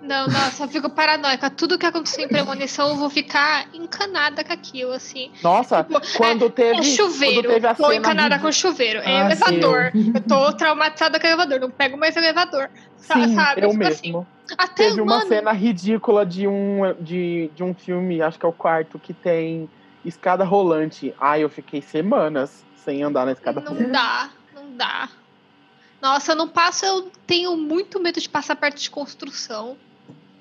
Speaker 3: Não, nossa, eu fico paranoica. Tudo que aconteceu em premonição, eu vou ficar encanada com aquilo, assim.
Speaker 1: Nossa,
Speaker 3: Tipo,
Speaker 1: quando
Speaker 3: é,
Speaker 1: teve.
Speaker 3: é chuveiro.
Speaker 1: quando teve a
Speaker 3: Tô
Speaker 1: cena
Speaker 3: encanada
Speaker 1: do-
Speaker 3: com chuveiro. É
Speaker 2: Ah, sim.
Speaker 3: elevador. Eu tô traumatizada com elevador. Não pego mais elevador. Sa-
Speaker 1: Sim,
Speaker 3: sabe?
Speaker 1: eu
Speaker 3: Tipo
Speaker 1: mesmo.
Speaker 3: assim, até,
Speaker 1: Teve uma
Speaker 3: mano,
Speaker 1: cena ridícula de um, de, de um filme, acho que é o quarto, que tem Escada rolante. Ai, eu fiquei semanas sem andar na escada rolante.
Speaker 3: Não dá, não dá. Nossa, eu não passo, eu tenho muito medo de passar perto de construção.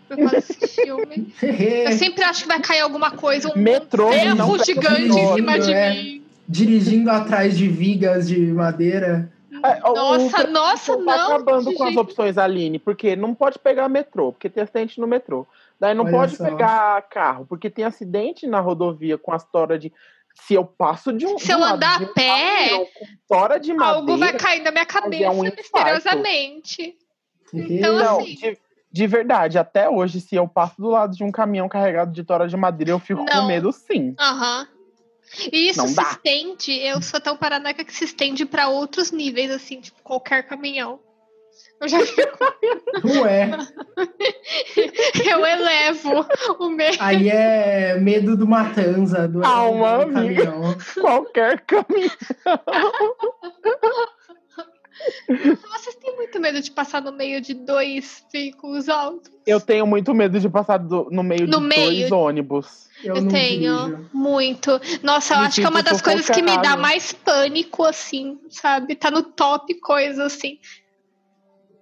Speaker 3: Por causa desse filme. Eu
Speaker 2: É.
Speaker 3: sempre acho que vai cair alguma coisa, um
Speaker 1: Metrô,
Speaker 3: ferro
Speaker 1: não pega né?
Speaker 3: gigante em
Speaker 2: metrô,
Speaker 3: cima de
Speaker 2: é.
Speaker 3: mim.
Speaker 2: Dirigindo atrás de vigas de madeira.
Speaker 1: É, o-
Speaker 3: Nossa,
Speaker 1: o-
Speaker 3: nossa,
Speaker 1: Você tá
Speaker 3: não.
Speaker 1: acabando
Speaker 3: de
Speaker 1: com as
Speaker 3: jeito-
Speaker 1: opções, Aline, porque não pode pegar metrô, porque tem acidente no metrô. Daí não
Speaker 2: Olha
Speaker 1: pode
Speaker 2: só.
Speaker 1: pegar carro, porque tem acidente na rodovia com a história de se eu passo de um.
Speaker 3: Se eu
Speaker 1: de um lado
Speaker 3: andar
Speaker 1: de
Speaker 3: a
Speaker 1: um
Speaker 3: pé,
Speaker 1: caminhão com tora de madeira.
Speaker 3: algo vai cair na minha cabeça
Speaker 1: um infarto.
Speaker 3: misteriosamente. Então,
Speaker 1: Não,
Speaker 3: assim.
Speaker 1: de, de verdade, até hoje, se eu passo do lado de um caminhão carregado de tora de madeira, eu fico com
Speaker 3: Não.
Speaker 1: medo sim.
Speaker 3: Aham. E isso
Speaker 1: Não
Speaker 3: se
Speaker 1: dá.
Speaker 3: estende, eu sou tão paranoica que se estende pra outros níveis, assim, tipo qualquer caminhão. Eu já assim,
Speaker 2: Ué,
Speaker 3: eu elevo o meu.
Speaker 2: aí é medo do Matanza, do
Speaker 1: Calma,
Speaker 2: do
Speaker 1: amiga.
Speaker 2: caminhão.
Speaker 1: Qualquer caminhão.
Speaker 3: Vocês têm muito medo de passar no meio de dois veículos altos?
Speaker 1: Eu tenho muito medo de passar do- no meio
Speaker 3: No
Speaker 1: de dois
Speaker 3: meio.
Speaker 1: ônibus.
Speaker 2: Eu,
Speaker 3: Eu
Speaker 2: não
Speaker 3: tenho.
Speaker 2: dirijo.
Speaker 3: Muito. Nossa, eu
Speaker 1: Me
Speaker 3: acho que é uma
Speaker 1: sinto
Speaker 3: das coisas que me dá
Speaker 1: sufocado.
Speaker 3: mais pânico, assim, sabe? Tá no top coisa, assim.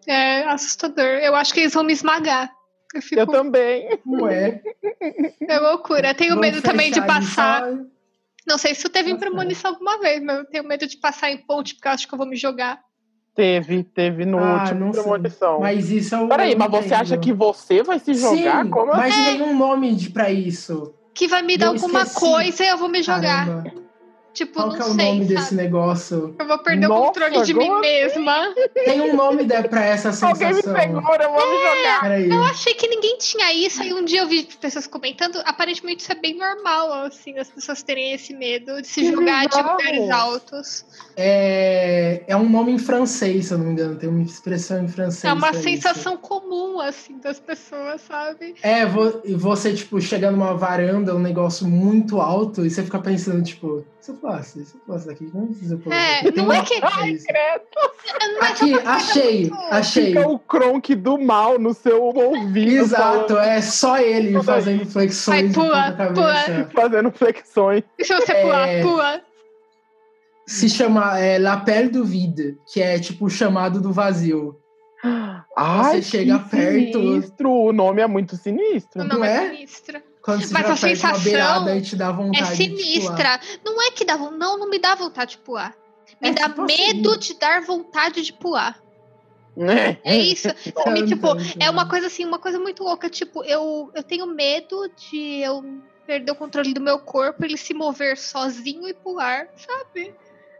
Speaker 3: É assustador. Eu acho que eles vão me esmagar. Eu fico.
Speaker 1: Eu também.
Speaker 2: Ué.
Speaker 3: É loucura. Tenho
Speaker 2: vou
Speaker 3: medo também de
Speaker 2: fechar isso,
Speaker 3: passar.
Speaker 2: ó.
Speaker 3: Não sei se eu teve em
Speaker 2: Nossa.
Speaker 3: premonição alguma vez, mas eu tenho medo de passar em ponte, porque eu acho que eu vou me jogar.
Speaker 1: Teve, teve no
Speaker 2: Ah,
Speaker 1: último
Speaker 2: não sei.
Speaker 1: premonição.
Speaker 2: Mas isso é o.
Speaker 1: Peraí, mas você acha que você vai se jogar?
Speaker 2: Sim,
Speaker 1: Como assim?
Speaker 2: mas tem um nome de, pra isso.
Speaker 3: Que vai me dar
Speaker 2: Eu
Speaker 3: alguma
Speaker 2: esqueci.
Speaker 3: coisa e eu vou me jogar.
Speaker 2: Caramba.
Speaker 3: Tipo,
Speaker 2: Qual
Speaker 3: não
Speaker 2: que é o
Speaker 3: sei.
Speaker 2: nome
Speaker 3: sabe?
Speaker 2: desse negócio?
Speaker 3: Eu vou perder o
Speaker 1: Nossa,
Speaker 3: controle de
Speaker 1: como
Speaker 3: mim mesma.
Speaker 2: Tem um nome de, pra essa
Speaker 1: Alguém me
Speaker 2: sensação.
Speaker 1: segura, eu vou me jogar.
Speaker 2: Peraí.
Speaker 3: Eu achei que ninguém tinha isso, aí um dia eu vi pessoas comentando, aparentemente isso é bem normal, assim, as pessoas terem esse medo de se
Speaker 1: Que
Speaker 3: jogar de
Speaker 1: bizarro.
Speaker 3: lugares altos.
Speaker 2: É, é um nome em francês, se eu não me engano. Tem uma expressão em francês.
Speaker 3: é uma
Speaker 2: pra isso.
Speaker 3: sensação comum, assim, das pessoas, sabe?
Speaker 2: É, vo- e você, tipo, chega numa varanda, um negócio muito alto, e você fica pensando, tipo, se eu passo, se eu passo daqui, como é que eu passo?
Speaker 3: É,
Speaker 2: Tem
Speaker 3: não
Speaker 2: uma
Speaker 3: é que-
Speaker 2: coisa.
Speaker 1: Credo,
Speaker 2: Aqui, achei,
Speaker 3: é muito-
Speaker 2: achei.
Speaker 1: Fica um o cronk do mal no seu ouvido.
Speaker 2: Exato, é só ele
Speaker 1: Tudo
Speaker 2: fazendo flexões
Speaker 3: Vai,
Speaker 2: de
Speaker 3: pula,
Speaker 2: ponta-cabeça.
Speaker 1: falando- Fazendo flexões.
Speaker 3: E se você
Speaker 2: É.
Speaker 3: pular, pula.
Speaker 2: Se chama é, Lapel do Vide, que é tipo o chamado do vazio.
Speaker 1: Ai, que
Speaker 2: chega perto.
Speaker 1: sinistro. O nome é muito sinistro.
Speaker 3: Não, não, é
Speaker 2: é?
Speaker 3: sinistra.
Speaker 2: Quando você
Speaker 3: Mas
Speaker 2: já
Speaker 3: a
Speaker 2: perde uma
Speaker 3: sensação
Speaker 2: beirada e te dá
Speaker 3: É
Speaker 2: vontade de pular.
Speaker 3: sinistra. Não é que dá vontade. Não, não me dá vontade de pular. Me
Speaker 2: É
Speaker 3: dá
Speaker 2: tipo
Speaker 3: medo
Speaker 2: assim.
Speaker 3: de dar vontade de pular.
Speaker 1: Né?
Speaker 3: É isso. Sabe,
Speaker 2: Tan,
Speaker 3: tipo,
Speaker 2: tan,
Speaker 3: é
Speaker 2: tan.
Speaker 1: Uhum.
Speaker 3: uma coisa assim, uma coisa muito louca. Tipo, eu, eu tenho medo de eu perder o controle do meu corpo, ele se mover sozinho e pular, sabe?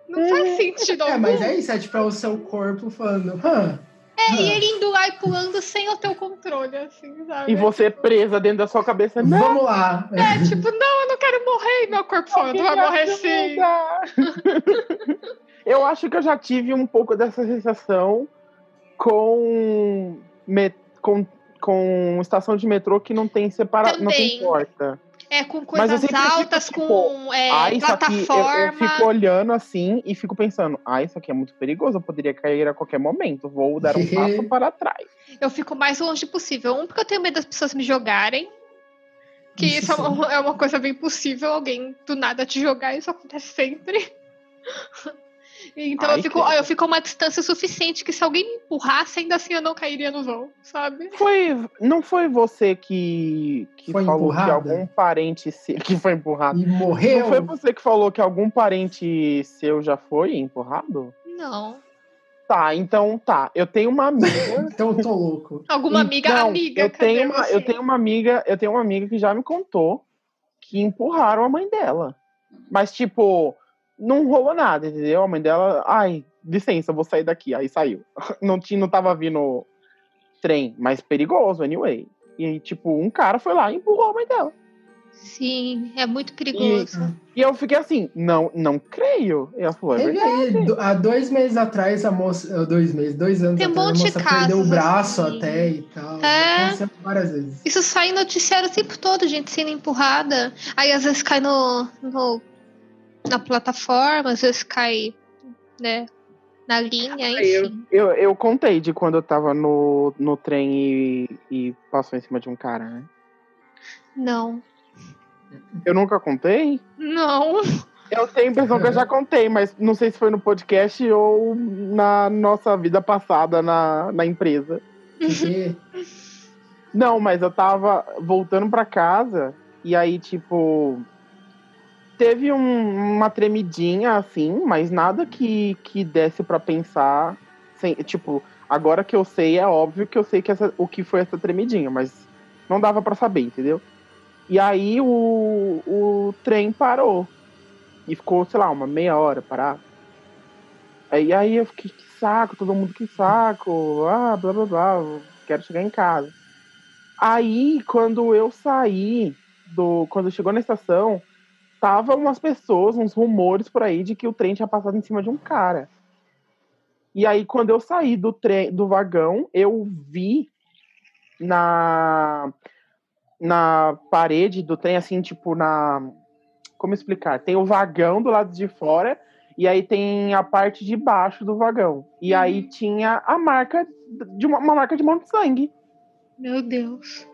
Speaker 3: Não
Speaker 1: Uhum.
Speaker 3: faz sentido
Speaker 2: É,
Speaker 3: algum.
Speaker 2: mas é isso, é tipo, é o seu corpo falando. Hã,
Speaker 3: É,
Speaker 2: hã,
Speaker 3: e ele indo lá e pulando sem o teu controle, assim, sabe?
Speaker 1: E você presa dentro da sua cabeça. Não,
Speaker 2: Vamos lá.
Speaker 3: É tipo, não, eu não quero morrer. E meu corpo falando,
Speaker 1: alguém
Speaker 3: vai
Speaker 1: me
Speaker 3: morrer sim.
Speaker 1: ajuda. eu acho que eu já tive um pouco dessa sensação com, met- com, com estação de metrô que não tem separa não tem
Speaker 3: Também.
Speaker 1: porta.
Speaker 3: É, com
Speaker 1: Mas eu
Speaker 3: coisas
Speaker 1: sempre fico,
Speaker 3: altas,
Speaker 1: tipo,
Speaker 3: com é,
Speaker 1: ah, isso aqui, eu,
Speaker 3: plataforma.
Speaker 1: eu fico olhando assim e fico pensando, ah, isso aqui é muito perigoso, eu poderia cair a qualquer momento, vou dar um passo para trás.
Speaker 3: Eu fico o mais longe possível. Um, porque eu tenho medo das pessoas me jogarem. Que
Speaker 2: Isso
Speaker 3: isso é uma, é uma coisa bem possível, alguém do nada te jogar, isso acontece sempre. Então
Speaker 1: Ai,
Speaker 3: eu, fico,
Speaker 1: credo.
Speaker 3: eu fico a uma distância suficiente que se alguém me empurrasse, ainda assim eu não cairia no vão, sabe?
Speaker 1: Foi, não foi você que, que
Speaker 2: Foi
Speaker 1: falou que
Speaker 2: empurrada?
Speaker 1: algum parente se, que foi empurrado?
Speaker 2: E morreu.
Speaker 1: Não foi você que falou que algum parente seu já foi empurrado?
Speaker 3: Não.
Speaker 1: Tá, então tá. Eu tenho uma amiga.
Speaker 2: Então eu tô louco.
Speaker 3: Alguma amiga,
Speaker 1: Então,
Speaker 3: amiga,
Speaker 1: eu
Speaker 3: cadê
Speaker 1: tenho, uma,
Speaker 3: você?
Speaker 1: eu tenho uma amiga, eu tenho uma amiga que já me contou que empurraram a mãe dela. Mas tipo, não rolou nada, entendeu? A mãe dela, ai, licença, eu vou sair daqui. Aí saiu. Não tinha, não tava vindo trem, mas perigoso anyway. E tipo, um cara foi lá e empurrou a mãe dela.
Speaker 3: Sim, é muito perigoso.
Speaker 1: E eu fiquei assim, não, não creio. E ela falou, é
Speaker 2: Teve
Speaker 1: verdade.
Speaker 2: aí, do- há dois meses atrás, a moça. ah, Dois meses, dois anos
Speaker 3: Tem um
Speaker 2: atrás,
Speaker 3: monte
Speaker 2: a
Speaker 3: de
Speaker 2: moça perdeu o
Speaker 3: casos
Speaker 2: braço
Speaker 3: assim.
Speaker 2: até e tal.
Speaker 3: É.
Speaker 2: Aconteceu várias vezes.
Speaker 3: Isso sai em noticiário o tempo todo, gente sendo empurrada. Aí às vezes cai no, no- na plataforma, às vezes cai né, na linha, enfim.
Speaker 1: Eu, eu contei de quando eu tava no, no trem e, e passou em cima de um cara, né?
Speaker 3: Não.
Speaker 1: Eu nunca contei?
Speaker 3: Não.
Speaker 1: Eu tenho a impressão que eu já contei, mas não sei se foi no podcast ou na nossa vida passada na, na empresa. Não, mas eu tava voltando pra casa e aí, tipo. Teve um- uma tremidinha assim, mas nada que, que desse pra pensar. sem- tipo, agora que eu sei, é óbvio que eu sei que essa- o que foi essa tremidinha, mas não dava pra saber, entendeu? E aí o, o trem parou. E ficou, sei lá, uma meia hora parado. Aí, aí eu fiquei, que saco, todo mundo que saco, ah, blá blá blá, quero chegar em casa. Aí, quando eu saí, do, quando chegou na estação, tava umas pessoas, uns rumores por aí de que o trem tinha passado em cima de um cara. E aí, quando eu saí do trem, do vagão, eu vi na na parede do trem, assim, tipo, na. Como explicar? Tem o vagão do lado de fora, e aí tem a parte de baixo do vagão. E aí tinha a marca de uma, uma marca de monte de sangue.
Speaker 3: Meu Deus.
Speaker 2: Hum,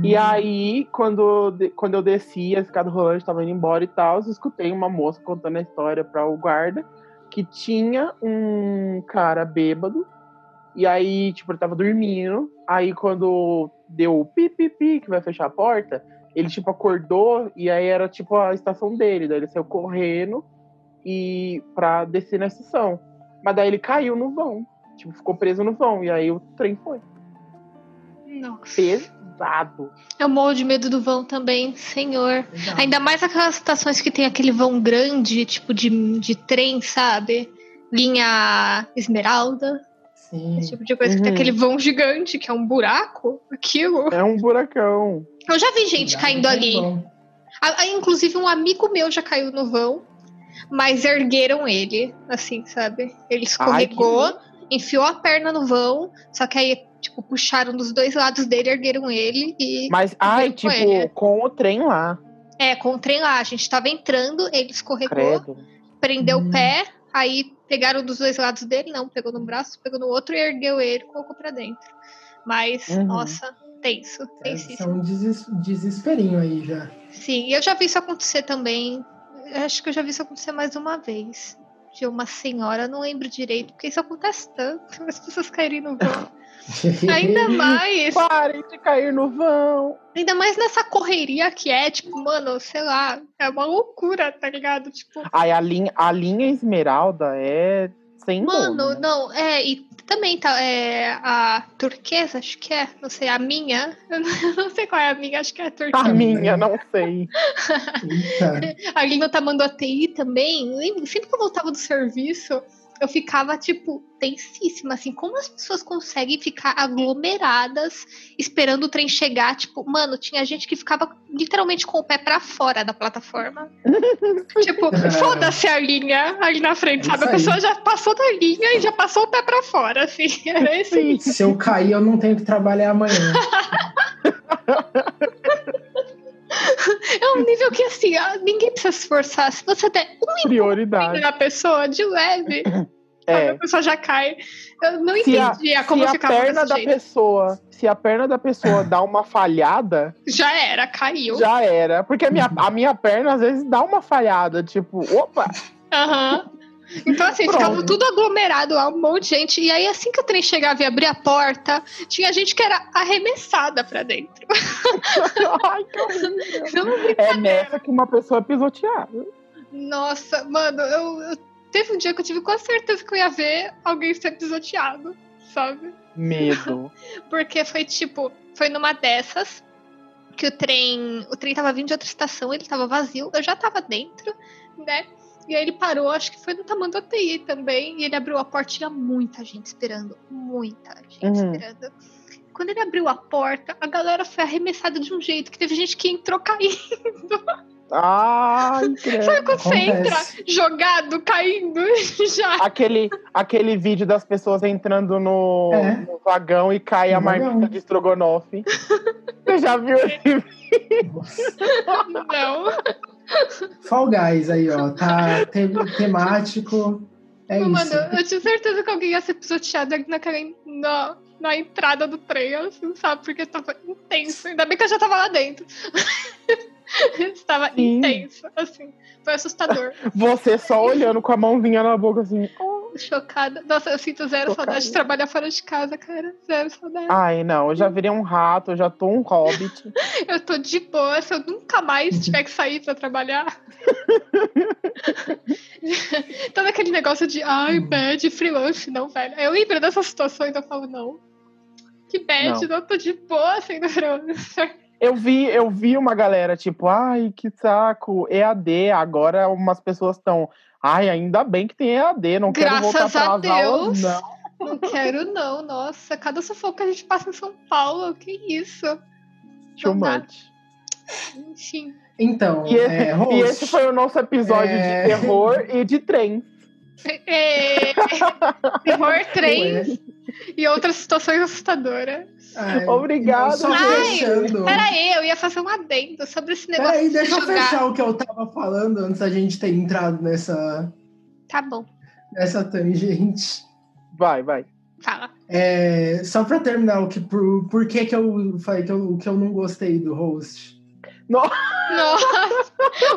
Speaker 2: Uhum.
Speaker 1: E aí, quando, de- quando eu desci, a escada rolante tava indo embora e tal, eu escutei uma moça contando a história para o guarda que tinha um cara bêbado. E aí, tipo, ele tava dormindo. Aí, quando deu o pi, pi, pi, que vai fechar a porta, ele, tipo, acordou e aí era, tipo, a estação dele. Daí ele saiu correndo e pra descer na estação. Mas daí ele caiu no vão. Tipo, ficou preso no vão. E aí o trem foi.
Speaker 3: Nossa.
Speaker 1: Pesado.
Speaker 3: Eu morro de medo do vão também, senhor.
Speaker 2: Exato.
Speaker 3: Ainda mais aquelas estações que tem aquele vão grande, tipo de, de trem, sabe? Linha esmeralda,
Speaker 2: Sim.
Speaker 3: esse tipo de coisa, que tem
Speaker 1: Uhum.
Speaker 3: aquele vão gigante, que é um buraco, aquilo.
Speaker 1: É um buracão.
Speaker 3: Eu já vi gente
Speaker 2: Cuidado
Speaker 3: caindo
Speaker 2: com o
Speaker 3: ali.
Speaker 2: um vão.
Speaker 3: A- a- inclusive, um amigo meu já caiu no vão, mas ergueram ele, assim, sabe? Ele
Speaker 1: Ai, que
Speaker 3: escorregou, enfiou a perna no vão, só que aí, tipo, puxaram dos dois lados dele, ergueram ele e. é.
Speaker 1: Mas, ai,
Speaker 3: com
Speaker 1: tipo,
Speaker 3: ele.
Speaker 1: com o trem lá,
Speaker 3: É, com o trem lá, a gente tava entrando, ele escorregou,
Speaker 1: credo.
Speaker 3: prendeu
Speaker 2: Hum.
Speaker 3: o pé, aí pegaram dos dois lados dele, não, pegou no braço, pegou no outro e ergueu ele, colocou pra dentro. Mas,
Speaker 1: Uhum.
Speaker 3: nossa, tenso,
Speaker 2: Esse
Speaker 3: tensíssimo.
Speaker 2: é um deses- desesperinho aí já.
Speaker 3: Sim, e eu já vi isso acontecer também. Eu Acho que eu já vi isso acontecer mais uma vez. De uma senhora, eu não lembro direito, porque isso acontece tanto, as pessoas caírem no vão. Ainda mais,
Speaker 1: Parem de cair no vão.
Speaker 3: ainda mais nessa correria que é, tipo, mano, sei lá, é uma loucura, tá ligado? Tipo,
Speaker 1: Ai, a linha, a linha esmeralda é sem
Speaker 3: mano,
Speaker 1: dono, né?
Speaker 3: não, é, e também tá, é, a turquesa, acho que é, não sei, a minha, eu não sei qual é a minha, acho que é a turquesa.
Speaker 1: A minha, não sei.
Speaker 2: Eita.
Speaker 3: A Lina tá mandando a TI também. Lembro, sempre que eu voltava do serviço, eu ficava, tipo, tensíssima, assim. Como as pessoas conseguem ficar aglomeradas esperando o trem chegar? Tipo, mano, tinha gente que ficava literalmente com o pé pra fora da plataforma. tipo,
Speaker 2: Caramba.
Speaker 3: foda-se a linha ali na frente,
Speaker 2: É
Speaker 3: sabe? A
Speaker 2: isso aí.
Speaker 3: pessoa já passou da linha e já passou o pé pra fora, assim. Era esse
Speaker 1: Sim.
Speaker 2: Se eu cair, eu não tenho que trabalhar amanhã.
Speaker 3: É um nível que, assim, ah, ninguém precisa se esforçar. Se você der um
Speaker 1: Prioridade.
Speaker 3: pingo na pessoa de leve, Aí
Speaker 1: É.
Speaker 3: a pessoa já cai. Eu não
Speaker 1: Se a-
Speaker 3: entendi como
Speaker 1: se
Speaker 3: eu
Speaker 1: a
Speaker 3: ficava
Speaker 1: perna
Speaker 3: desse
Speaker 1: da
Speaker 3: jeito.
Speaker 1: pessoa, se a perna da pessoa dá uma falhada,
Speaker 3: Já era, caiu.
Speaker 1: já era. Porque a minha, a minha perna às vezes dá uma falhada, tipo, opa,
Speaker 3: Aham. Então, assim, ficava
Speaker 1: Pronto.
Speaker 3: tudo aglomerado lá, um monte de gente. E aí, assim que o trem chegava e abria a porta, tinha gente que era arremessada pra dentro.
Speaker 1: ai, que horrível.
Speaker 3: Eu não vi-
Speaker 1: É nessa que uma pessoa é pisoteada.
Speaker 3: Nossa, mano, eu, eu- teve um dia que eu tive quase certeza que eu ia ver alguém ser pisoteado, sabe?
Speaker 1: Medo.
Speaker 3: Porque foi tipo, foi numa dessas que o trem, o trem tava vindo de outra estação, ele tava vazio, eu já tava dentro, né? E aí ele parou, acho que foi no Tamanduateí também, e ele abriu a porta, tinha muita gente esperando, muita gente
Speaker 1: Uhum.
Speaker 3: esperando. Quando ele abriu a porta, a galera foi arremessada de um jeito que teve gente que entrou caindo.
Speaker 1: Ai, credo.
Speaker 3: Sabe quando você entra
Speaker 2: Acontece.
Speaker 3: jogado, caindo já?
Speaker 1: aquele, aquele vídeo das pessoas entrando no,
Speaker 2: É.
Speaker 1: no vagão e cai
Speaker 2: No
Speaker 1: a marmita
Speaker 2: vagão.
Speaker 1: de estrogonofe. Você já viu esse
Speaker 2: Nossa.
Speaker 3: Não,
Speaker 2: Fall Guys aí, ó. Tá te- temático. É
Speaker 3: mano,
Speaker 2: isso.
Speaker 3: eu tinha certeza que alguém ia ser pisoteado ali naquela, na, na entrada do trem, assim, sabe? Porque tava intenso. Ainda bem que eu já tava lá dentro. Estava
Speaker 1: Sim.
Speaker 3: intenso, assim. Foi assustador.
Speaker 1: Você só olhando com a mãozinha na boca assim.
Speaker 3: Chocada. Nossa, eu sinto zero
Speaker 1: Chocada.
Speaker 3: saudade de trabalhar fora de casa, cara. Zero saudade.
Speaker 1: Ai, não, eu já virei um rato, eu já tô um hobbit.
Speaker 3: Eu tô de boa se eu nunca
Speaker 2: Uhum.
Speaker 3: mais tiver que sair pra trabalhar. Todo aquele negócio de ai,
Speaker 2: Uhum.
Speaker 3: bad freelance, não, velho. Eu lembro dessas situações, eu falo, não. Que bad, não, tô de boa sendo freelancer.
Speaker 1: Eu vi, eu vi uma galera, tipo, ai, que saco, EAD. Agora umas pessoas estão. Ai, ainda bem que tem EAD, não quero voltar
Speaker 3: Graças a
Speaker 1: para as aulas,
Speaker 3: Deus.
Speaker 1: não.
Speaker 3: Não quero, não. Nossa, cada sufoco que a gente passa em São Paulo, que isso.
Speaker 1: Too
Speaker 3: Não dá.
Speaker 1: much.
Speaker 3: Enfim.
Speaker 2: Então,
Speaker 1: E esse,
Speaker 2: é, host,
Speaker 1: e esse foi o nosso episódio
Speaker 2: É.
Speaker 1: de terror e de trem.
Speaker 3: É,
Speaker 2: é.
Speaker 3: Terror trem
Speaker 2: Ué,
Speaker 3: e outras situações assustadoras.
Speaker 2: ai,
Speaker 1: Obrigado,
Speaker 2: é, então, Só
Speaker 3: gente.
Speaker 2: fechando.
Speaker 3: Peraí, eu ia fazer um adendo sobre esse negócio
Speaker 2: Peraí,
Speaker 3: de
Speaker 2: deixa eu
Speaker 3: jogar.
Speaker 2: fechar o que eu tava falando antes da gente ter entrado nessa,
Speaker 3: Tá bom,
Speaker 2: nessa tangente.
Speaker 1: Vai, vai.
Speaker 3: fala.
Speaker 2: É, só pra terminar, o que, por, por que, que eu falei que eu, que eu não gostei do host?
Speaker 3: Nossa,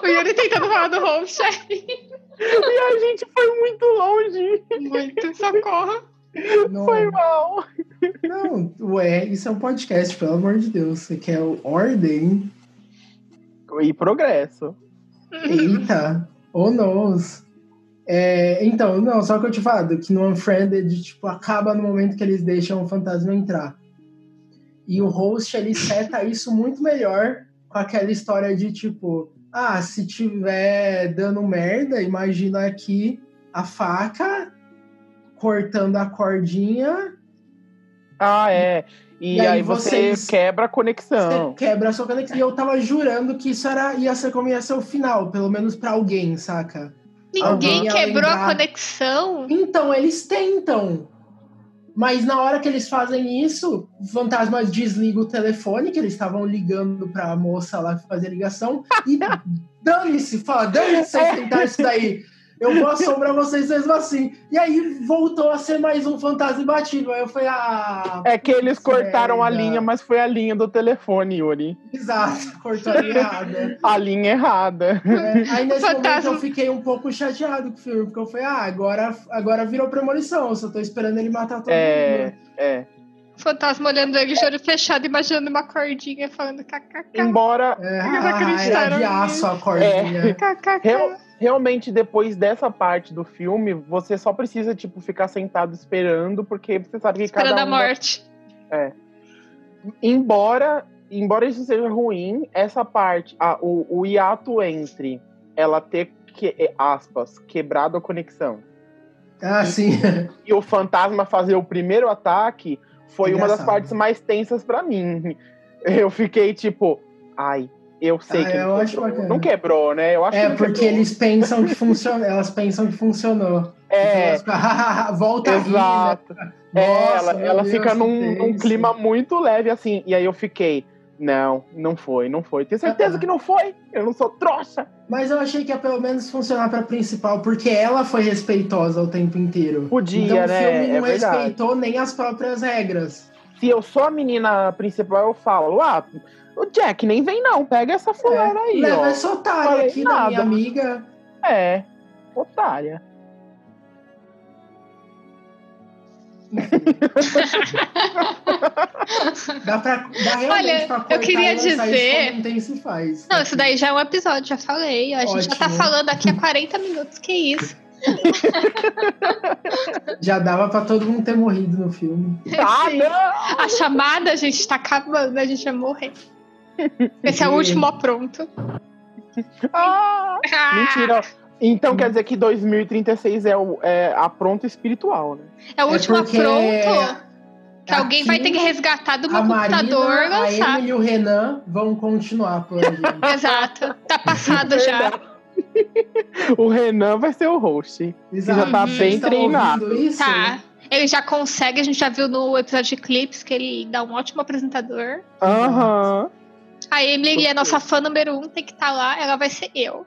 Speaker 3: o Yuri tentando falar do home chef.
Speaker 1: E a gente foi muito longe.
Speaker 3: Muito, socorro.
Speaker 2: Não,
Speaker 1: Foi mal.
Speaker 2: não, ué, isso é um podcast, pelo amor de Deus. Você quer ordem?
Speaker 1: E progresso.
Speaker 2: Eita, ou nos. É, então, não, só que eu te falo que no Unfriended, tipo, acaba no momento que eles deixam o fantasma entrar. E o host, ele seta isso muito melhor com aquela história de, tipo, ah, se tiver dando merda, imagina aqui a faca cortando a cordinha,
Speaker 1: Ah, é. E,
Speaker 2: E aí
Speaker 1: aí, você
Speaker 2: vocês-
Speaker 1: quebra a conexão.
Speaker 2: você quebra a sua conexão. E eu tava jurando que isso era, ia ser como ia ser o final, pelo menos pra alguém, saca?
Speaker 3: Ninguém
Speaker 2: Alguém ia
Speaker 3: quebrou a
Speaker 2: lembrar.
Speaker 3: conexão.
Speaker 2: Então, eles tentam. Mas na hora que eles fazem isso, o fantasma desliga o telefone, que eles estavam ligando pra moça lá fazer ligação, e dane-se, fala, dane-se vocês tentar isso daí. Eu vou assombrar vocês mesmo assim. E aí voltou a ser mais um fantasma batido. Aí eu falei, ah,
Speaker 1: É que eles cortaram a
Speaker 2: merda.
Speaker 1: linha, mas foi a linha do telefone, Yuri.
Speaker 2: exato, cortou a errada.
Speaker 1: A linha errada.
Speaker 2: É, aí nesse
Speaker 3: Fantasma.
Speaker 2: momento eu fiquei um pouco chateado com o filme, porque eu falei, ah, agora, agora virou premonição, eu só tô esperando ele matar todo mundo.
Speaker 1: É, é.
Speaker 3: Fantasma olhando ele de olho fechado, imaginando uma cordinha, falando kkk.
Speaker 1: Embora
Speaker 2: É,
Speaker 3: Eles
Speaker 2: ah, era
Speaker 3: acreditaram
Speaker 2: de aço a cordinha.
Speaker 1: É. real-
Speaker 3: kkk.
Speaker 1: realmente depois dessa parte do filme, você só precisa tipo ficar sentado esperando, porque você sabe que
Speaker 3: Esperando
Speaker 1: cada
Speaker 3: a
Speaker 1: um
Speaker 3: morte.
Speaker 1: embora embora isso seja ruim, essa parte, a- o, o hiato entre ela ter que, é, aspas, quebrado a conexão
Speaker 2: Ah, sim.
Speaker 1: e o fantasma fazer o primeiro ataque foi uma das
Speaker 2: Engraçado.
Speaker 1: partes mais tensas pra mim. Eu fiquei tipo, ai, eu sei
Speaker 2: Ah,
Speaker 1: que
Speaker 2: eu
Speaker 1: não,
Speaker 2: acho
Speaker 1: quebrou.
Speaker 2: bacana.
Speaker 1: não quebrou, né? Eu acho que
Speaker 2: É
Speaker 1: não
Speaker 2: porque
Speaker 1: quebrou.
Speaker 2: eles pensam que funcionou. Elas pensam que funcionou. assim,
Speaker 1: é
Speaker 2: Elas ficam, Volta a rir, né?
Speaker 1: Exato. É,
Speaker 2: Nossa,
Speaker 1: ela
Speaker 2: meu
Speaker 1: ela
Speaker 2: Deus,
Speaker 1: fica
Speaker 2: que
Speaker 1: num, num
Speaker 2: tenso.
Speaker 1: clima muito leve, assim. E aí eu fiquei, não, não foi, não foi. Tenho certeza
Speaker 2: Ah.
Speaker 1: que não foi. Eu não sou trouxa.
Speaker 2: Mas eu achei que ia pelo menos funcionar pra principal, porque ela foi respeitosa o tempo inteiro.
Speaker 1: Podia,
Speaker 2: então o
Speaker 1: né?
Speaker 2: filme
Speaker 1: É
Speaker 2: não
Speaker 1: verdade.
Speaker 2: respeitou nem as próprias regras.
Speaker 1: Se eu sou a menina principal, eu falo, ah, o Jack nem vem não, pega essa
Speaker 2: É.
Speaker 1: fulana aí,
Speaker 2: Leva
Speaker 1: ó.
Speaker 2: essa otária
Speaker 1: Falei
Speaker 2: aqui
Speaker 1: nada.
Speaker 2: da minha amiga.
Speaker 1: É, otária.
Speaker 2: Dá pra dá realmente
Speaker 3: Olha,
Speaker 2: pra
Speaker 3: eu
Speaker 2: cortar
Speaker 3: queria
Speaker 2: e lançar
Speaker 3: dizer-
Speaker 2: Isso como tem se faz.
Speaker 3: Não, isso daí já é um episódio, já falei. A gente já tá
Speaker 2: Ótimo.
Speaker 3: falando aqui há 40 minutos, que isso.
Speaker 2: Já dava pra todo mundo ter morrido no filme.
Speaker 1: Ah,
Speaker 3: Sim.
Speaker 1: não!
Speaker 3: A chamada, a gente tá acabando, a gente vai morrer. Esse é o
Speaker 2: Sim.
Speaker 3: último apronto.
Speaker 1: Ah, mentira. Então quer dizer que 2036 é, o, é a pronta espiritual, né?
Speaker 3: É o último
Speaker 2: porque
Speaker 3: apronto que alguém vai ter que
Speaker 2: aqui
Speaker 3: resgatar do meu
Speaker 2: a
Speaker 3: computador e
Speaker 2: Marina, a
Speaker 3: lançar.
Speaker 2: Emily e o Renan vão continuar por aí.
Speaker 3: Exato. Tá passado já.
Speaker 1: Verdade. O Renan vai ser o host.
Speaker 2: Exato.
Speaker 1: Já tá
Speaker 2: Vocês
Speaker 1: bem
Speaker 2: estão
Speaker 1: treinado.
Speaker 2: ouvindo Isso?
Speaker 3: Tá. Ele já consegue, a gente já viu no episódio de clipes que ele dá um ótimo apresentador.
Speaker 1: Aham.
Speaker 3: A Emily é
Speaker 1: Ok.
Speaker 3: nossa fã número um, tem que estar lá, ela vai ser eu.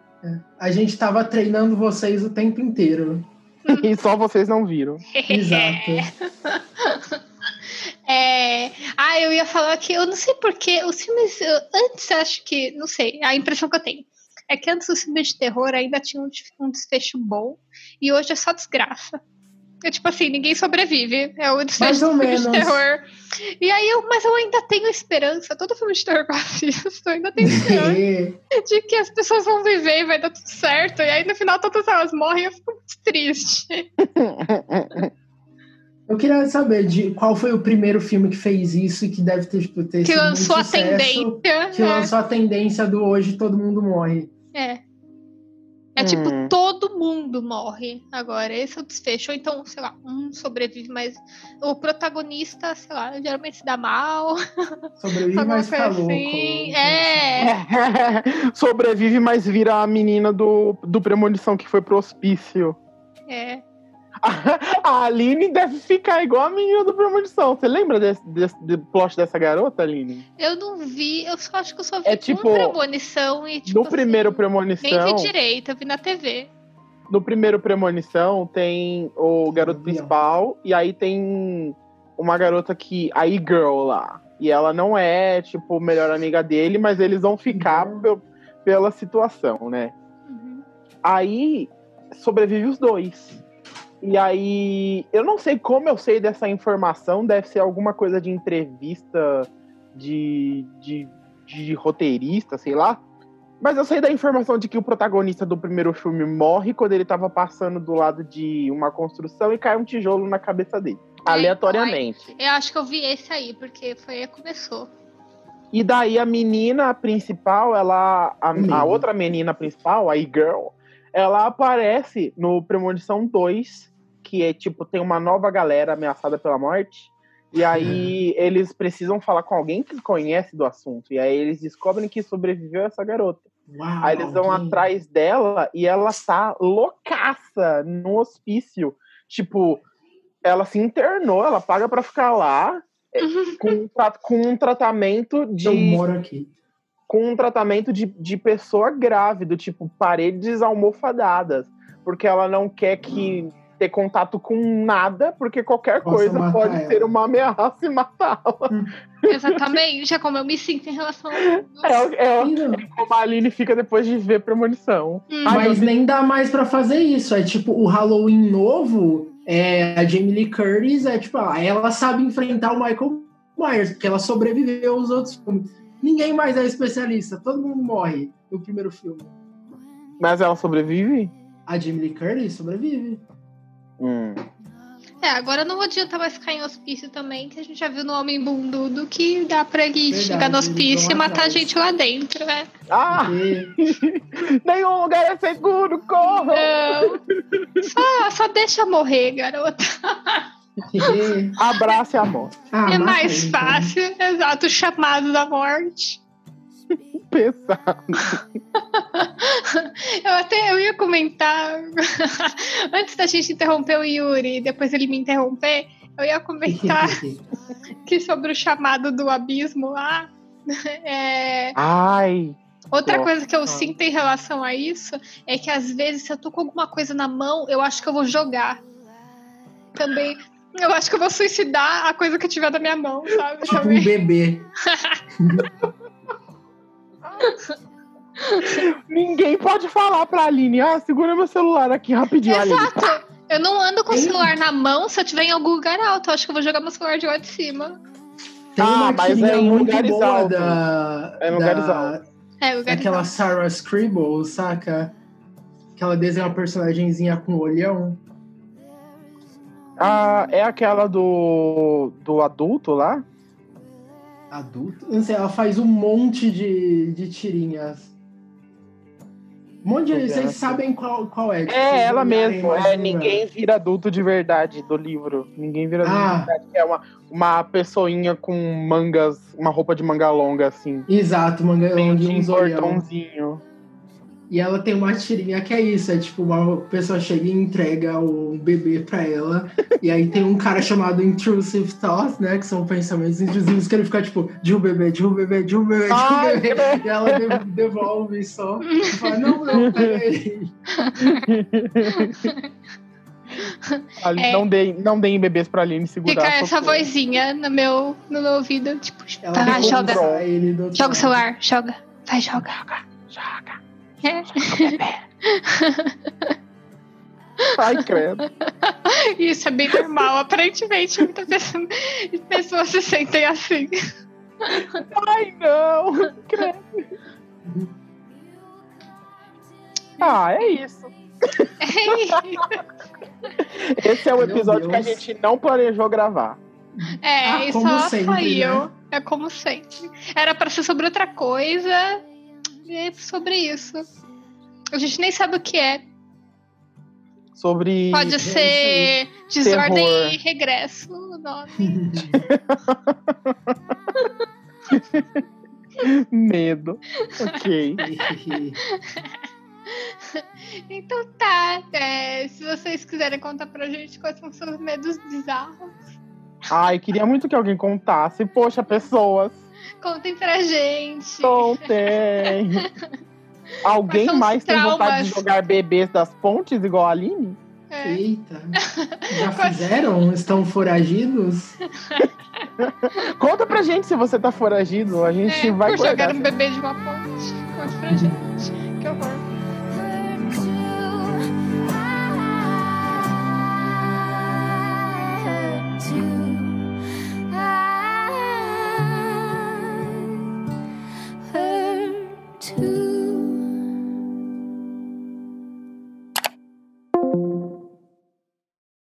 Speaker 2: A gente tava treinando vocês o tempo inteiro.
Speaker 1: E só vocês não viram.
Speaker 2: Exato.
Speaker 3: É... Ah, Ah, eu ia falar que eu não sei porque os filmes. eu- Antes, eu acho que. Não sei, a impressão que eu tenho. É que antes os filmes de terror ainda tinham um desf- um desfecho bom. E hoje é só desgraça. É tipo assim, ninguém sobrevive. É o desfecho
Speaker 2: Mais ou
Speaker 3: do filme de
Speaker 2: menos.
Speaker 3: terror. E aí eu, mas eu ainda tenho esperança. Todo filme de terror que eu assisto, eu ainda tenho esperança de que as pessoas vão viver e vai dar tudo certo. E aí no final todas elas morrem e eu fico muito triste.
Speaker 2: Eu queria saber de qual foi o primeiro filme que fez isso e que deve ter, tipo, ter
Speaker 3: que
Speaker 2: sido muito
Speaker 3: lançou a
Speaker 2: sucesso,
Speaker 3: tendência. né?
Speaker 2: Que lançou a tendência do hoje todo mundo morre.
Speaker 3: É. É, É tipo,
Speaker 1: Hum.
Speaker 3: todo mundo morre agora. Esse é o desfecho. Ou então, sei lá, um sobrevive, mas o protagonista, sei lá, geralmente se dá mal.
Speaker 2: Sobrevive,
Speaker 3: alguma
Speaker 2: mas
Speaker 3: coisa
Speaker 2: fica louco.
Speaker 3: assim. É.
Speaker 1: Sobrevive, mas vira a menina do, do Premonição que foi pro hospício.
Speaker 3: É.
Speaker 1: A Aline deve ficar igual a menina do Premonição. Você lembra desse, desse do plot dessa garota, Aline?
Speaker 3: Eu não vi, eu só acho que eu só vi
Speaker 1: É tipo,
Speaker 3: um premonição e tipo.
Speaker 1: no primeiro
Speaker 3: Nem vi
Speaker 1: Premonição.
Speaker 3: direito, eu vi na TV.
Speaker 1: No primeiro Premonição tem o garoto
Speaker 2: Avião.
Speaker 1: principal e aí tem uma garota que. a E-Girl lá. E ela não é, tipo, melhor amiga dele, mas eles vão ficar
Speaker 2: Uhum.
Speaker 1: pe- pela situação, né?
Speaker 3: Uhum.
Speaker 1: Aí sobrevive os dois. E aí, eu não sei como eu sei dessa informação, deve ser alguma coisa de entrevista de, de, de roteirista, sei lá. Mas eu sei da informação de que o protagonista do primeiro filme morre quando ele tava passando do lado de uma construção e cai um tijolo na cabeça dele,
Speaker 3: então,
Speaker 1: aleatoriamente.
Speaker 3: Eu acho que eu vi esse aí, porque foi aí que começou.
Speaker 1: E daí a menina principal, ela. A, a
Speaker 2: Menina.
Speaker 1: outra menina principal, a E-Girl, ela aparece no Premonição 2, que é tipo, tem uma nova galera ameaçada pela morte. E aí eles precisam falar com alguém que conhece do assunto. E aí eles descobrem que sobreviveu essa garota.
Speaker 2: Uau,
Speaker 1: Aí eles vão
Speaker 2: alguém-
Speaker 1: atrás dela e ela tá loucaça no hospício. Tipo, ela se internou, ela paga pra ficar lá é, com, um tra- com um tratamento
Speaker 2: Eu
Speaker 1: de.
Speaker 2: moro aqui.
Speaker 1: Com um tratamento de, de pessoa grávida, tipo, paredes almofadadas. Porque ela não quer que ter contato com nada, porque qualquer
Speaker 2: Possa
Speaker 1: coisa
Speaker 2: matar
Speaker 1: pode
Speaker 2: ela.
Speaker 1: ser uma ameaça e matá-la.
Speaker 3: Exatamente, é como eu me sinto em relação ao mundo.
Speaker 1: É, é
Speaker 2: Ih, não.
Speaker 1: como a Aline fica depois de ver premonição.
Speaker 3: Hum.
Speaker 1: Ai,
Speaker 2: Mas nem dá mais pra fazer isso. É tipo, o Halloween novo, é, a Jamie Lee Curtis, é tipo, ah, ela sabe enfrentar o Michael Myers, porque ela sobreviveu aos outros filmes. Ninguém mais é especialista, todo mundo morre no primeiro filme.
Speaker 1: Mas ela sobrevive?
Speaker 2: A Jamie Lee Curtis sobrevive.
Speaker 1: Hum.
Speaker 3: É, agora não adianta mais ficar em hospício também, que a gente já viu no Homem Bundudo que dá pra ele
Speaker 2: Verdade,
Speaker 3: chegar no
Speaker 2: eles
Speaker 3: hospício e
Speaker 2: vão
Speaker 3: matar a
Speaker 2: atrás.
Speaker 3: gente lá dentro, né?
Speaker 1: Ah!
Speaker 2: Porque
Speaker 1: Nenhum lugar é seguro, corra!
Speaker 3: Não. Então, Só, só deixa morrer, garota.
Speaker 2: porque-
Speaker 1: Abraça e amor.
Speaker 2: Ah,
Speaker 3: é
Speaker 2: mata
Speaker 3: mais
Speaker 2: ele, então.
Speaker 3: fácil. Exato, o chamado da morte.
Speaker 1: Pensa.
Speaker 3: Eu até eu ia comentar antes da gente interromper o Yuri e depois ele me interromper, eu ia comentar
Speaker 2: Tipo, um
Speaker 3: que sobre o chamado do abismo lá. É,
Speaker 1: Ai,
Speaker 3: Outra
Speaker 1: Gosto,
Speaker 3: coisa que eu
Speaker 1: sabe?
Speaker 3: sinto em relação a isso é que às vezes se eu tô com alguma coisa na mão, eu acho que eu vou jogar. Também. Eu acho que eu vou suicidar a coisa que eu tiver da minha mão, sabe?
Speaker 2: tipo um
Speaker 3: Também.
Speaker 2: bebê.
Speaker 1: ninguém pode falar pra Aline. Ah, segura meu celular aqui rapidinho, Aline.
Speaker 3: Exato. Eu não ando com o
Speaker 2: Ei.
Speaker 3: celular na mão se eu tiver em algum lugar alto. Eu acho que eu vou jogar meu celular de lá de cima.
Speaker 2: Tem
Speaker 1: Ah,
Speaker 2: uma
Speaker 1: mas
Speaker 2: que
Speaker 1: é
Speaker 2: é
Speaker 1: em
Speaker 2: muito
Speaker 1: lugares
Speaker 2: boa
Speaker 1: altos.
Speaker 2: da,
Speaker 1: É em lugares
Speaker 2: da-
Speaker 1: altos.
Speaker 3: É, lugar
Speaker 2: Aquela Sarah Scribble, saca? Que ela desenha uma personagenzinha com um olhão.
Speaker 1: Ah, é aquela do, do adulto lá?
Speaker 2: Adulto? Não sei, ela faz um monte de, de tirinhas. Um monte de.
Speaker 1: Exato.
Speaker 2: Vocês sabem qual, qual é? tipo,
Speaker 1: É
Speaker 2: vocês
Speaker 1: ela
Speaker 2: olharem
Speaker 1: mesmo.
Speaker 2: mais
Speaker 1: É,
Speaker 2: no
Speaker 1: ninguém vira adulto de verdade do livro. Ninguém vira adulto
Speaker 2: Ah.
Speaker 1: de verdade. É uma, uma pessoinha com mangas, uma roupa de manga longa, assim.
Speaker 2: Exato, manga
Speaker 1: Tem um
Speaker 2: longa e
Speaker 1: Tim
Speaker 2: uns olhão.
Speaker 1: Burtonzinho.
Speaker 2: é E ela tem uma tirinha que é isso: é tipo, uma pessoa chega e entrega um bebê pra ela. e aí tem um cara chamado Intrusive Thoughts, né? Que são pensamentos intrusivos que ele fica tipo, de um bebê, de um bebê, de um bebê, de um
Speaker 1: Ai,
Speaker 2: bebê. E ela de- devolve só. E fala, não, não, peraí.
Speaker 1: Ali,
Speaker 3: É.
Speaker 1: não, deem, não deem bebês pra Aline segurar.
Speaker 3: Fica essa
Speaker 1: socorro.
Speaker 3: vozinha no meu, no meu ouvido, tipo,
Speaker 1: Tá,
Speaker 2: Ela
Speaker 3: vai lá,
Speaker 2: vai
Speaker 3: joga.
Speaker 2: conquistar Ele do outro
Speaker 3: Joga o
Speaker 2: lado.
Speaker 3: celular, joga. Vai, joga.
Speaker 1: Joga,
Speaker 3: É.
Speaker 1: Ai, credo.
Speaker 3: Isso é bem normal, aparentemente. Muitas pessoas, pessoas se sentem assim.
Speaker 1: Ai, não. Credo. Ah, é isso. Esse é o
Speaker 2: Meu
Speaker 1: episódio que a
Speaker 2: Deus.
Speaker 1: gente não planejou gravar.
Speaker 3: É,
Speaker 2: Ah,
Speaker 3: e
Speaker 2: como
Speaker 3: só
Speaker 2: sempre,
Speaker 3: saiu.
Speaker 1: né?
Speaker 3: É como sempre. Era pra ser sobre outra coisa. e É sobre isso. A gente nem sabe o que é.
Speaker 1: Sobre.
Speaker 3: Pode ser desordem
Speaker 1: Terror.
Speaker 3: e regresso. o nome.
Speaker 1: Medo. Ok.
Speaker 3: Então tá. é, se vocês quiserem contar pra gente quais são seus medos bizarros,
Speaker 1: Ai, queria muito que alguém contasse. Poxa, pessoas.
Speaker 3: contem pra gente.
Speaker 1: Contem. Alguém
Speaker 3: Quais são os
Speaker 1: mais tem vontade
Speaker 3: traumas?
Speaker 1: de jogar bebês das pontes igual a Aline?
Speaker 3: É.
Speaker 2: Eita. Já fizeram? Estão foragidos?
Speaker 1: Conta pra gente se você tá foragido. A gente
Speaker 3: É,
Speaker 1: vai
Speaker 3: por jogar
Speaker 1: guardar
Speaker 3: um
Speaker 1: essa
Speaker 3: bebê de uma ponte. Conte pra gente. Que horror.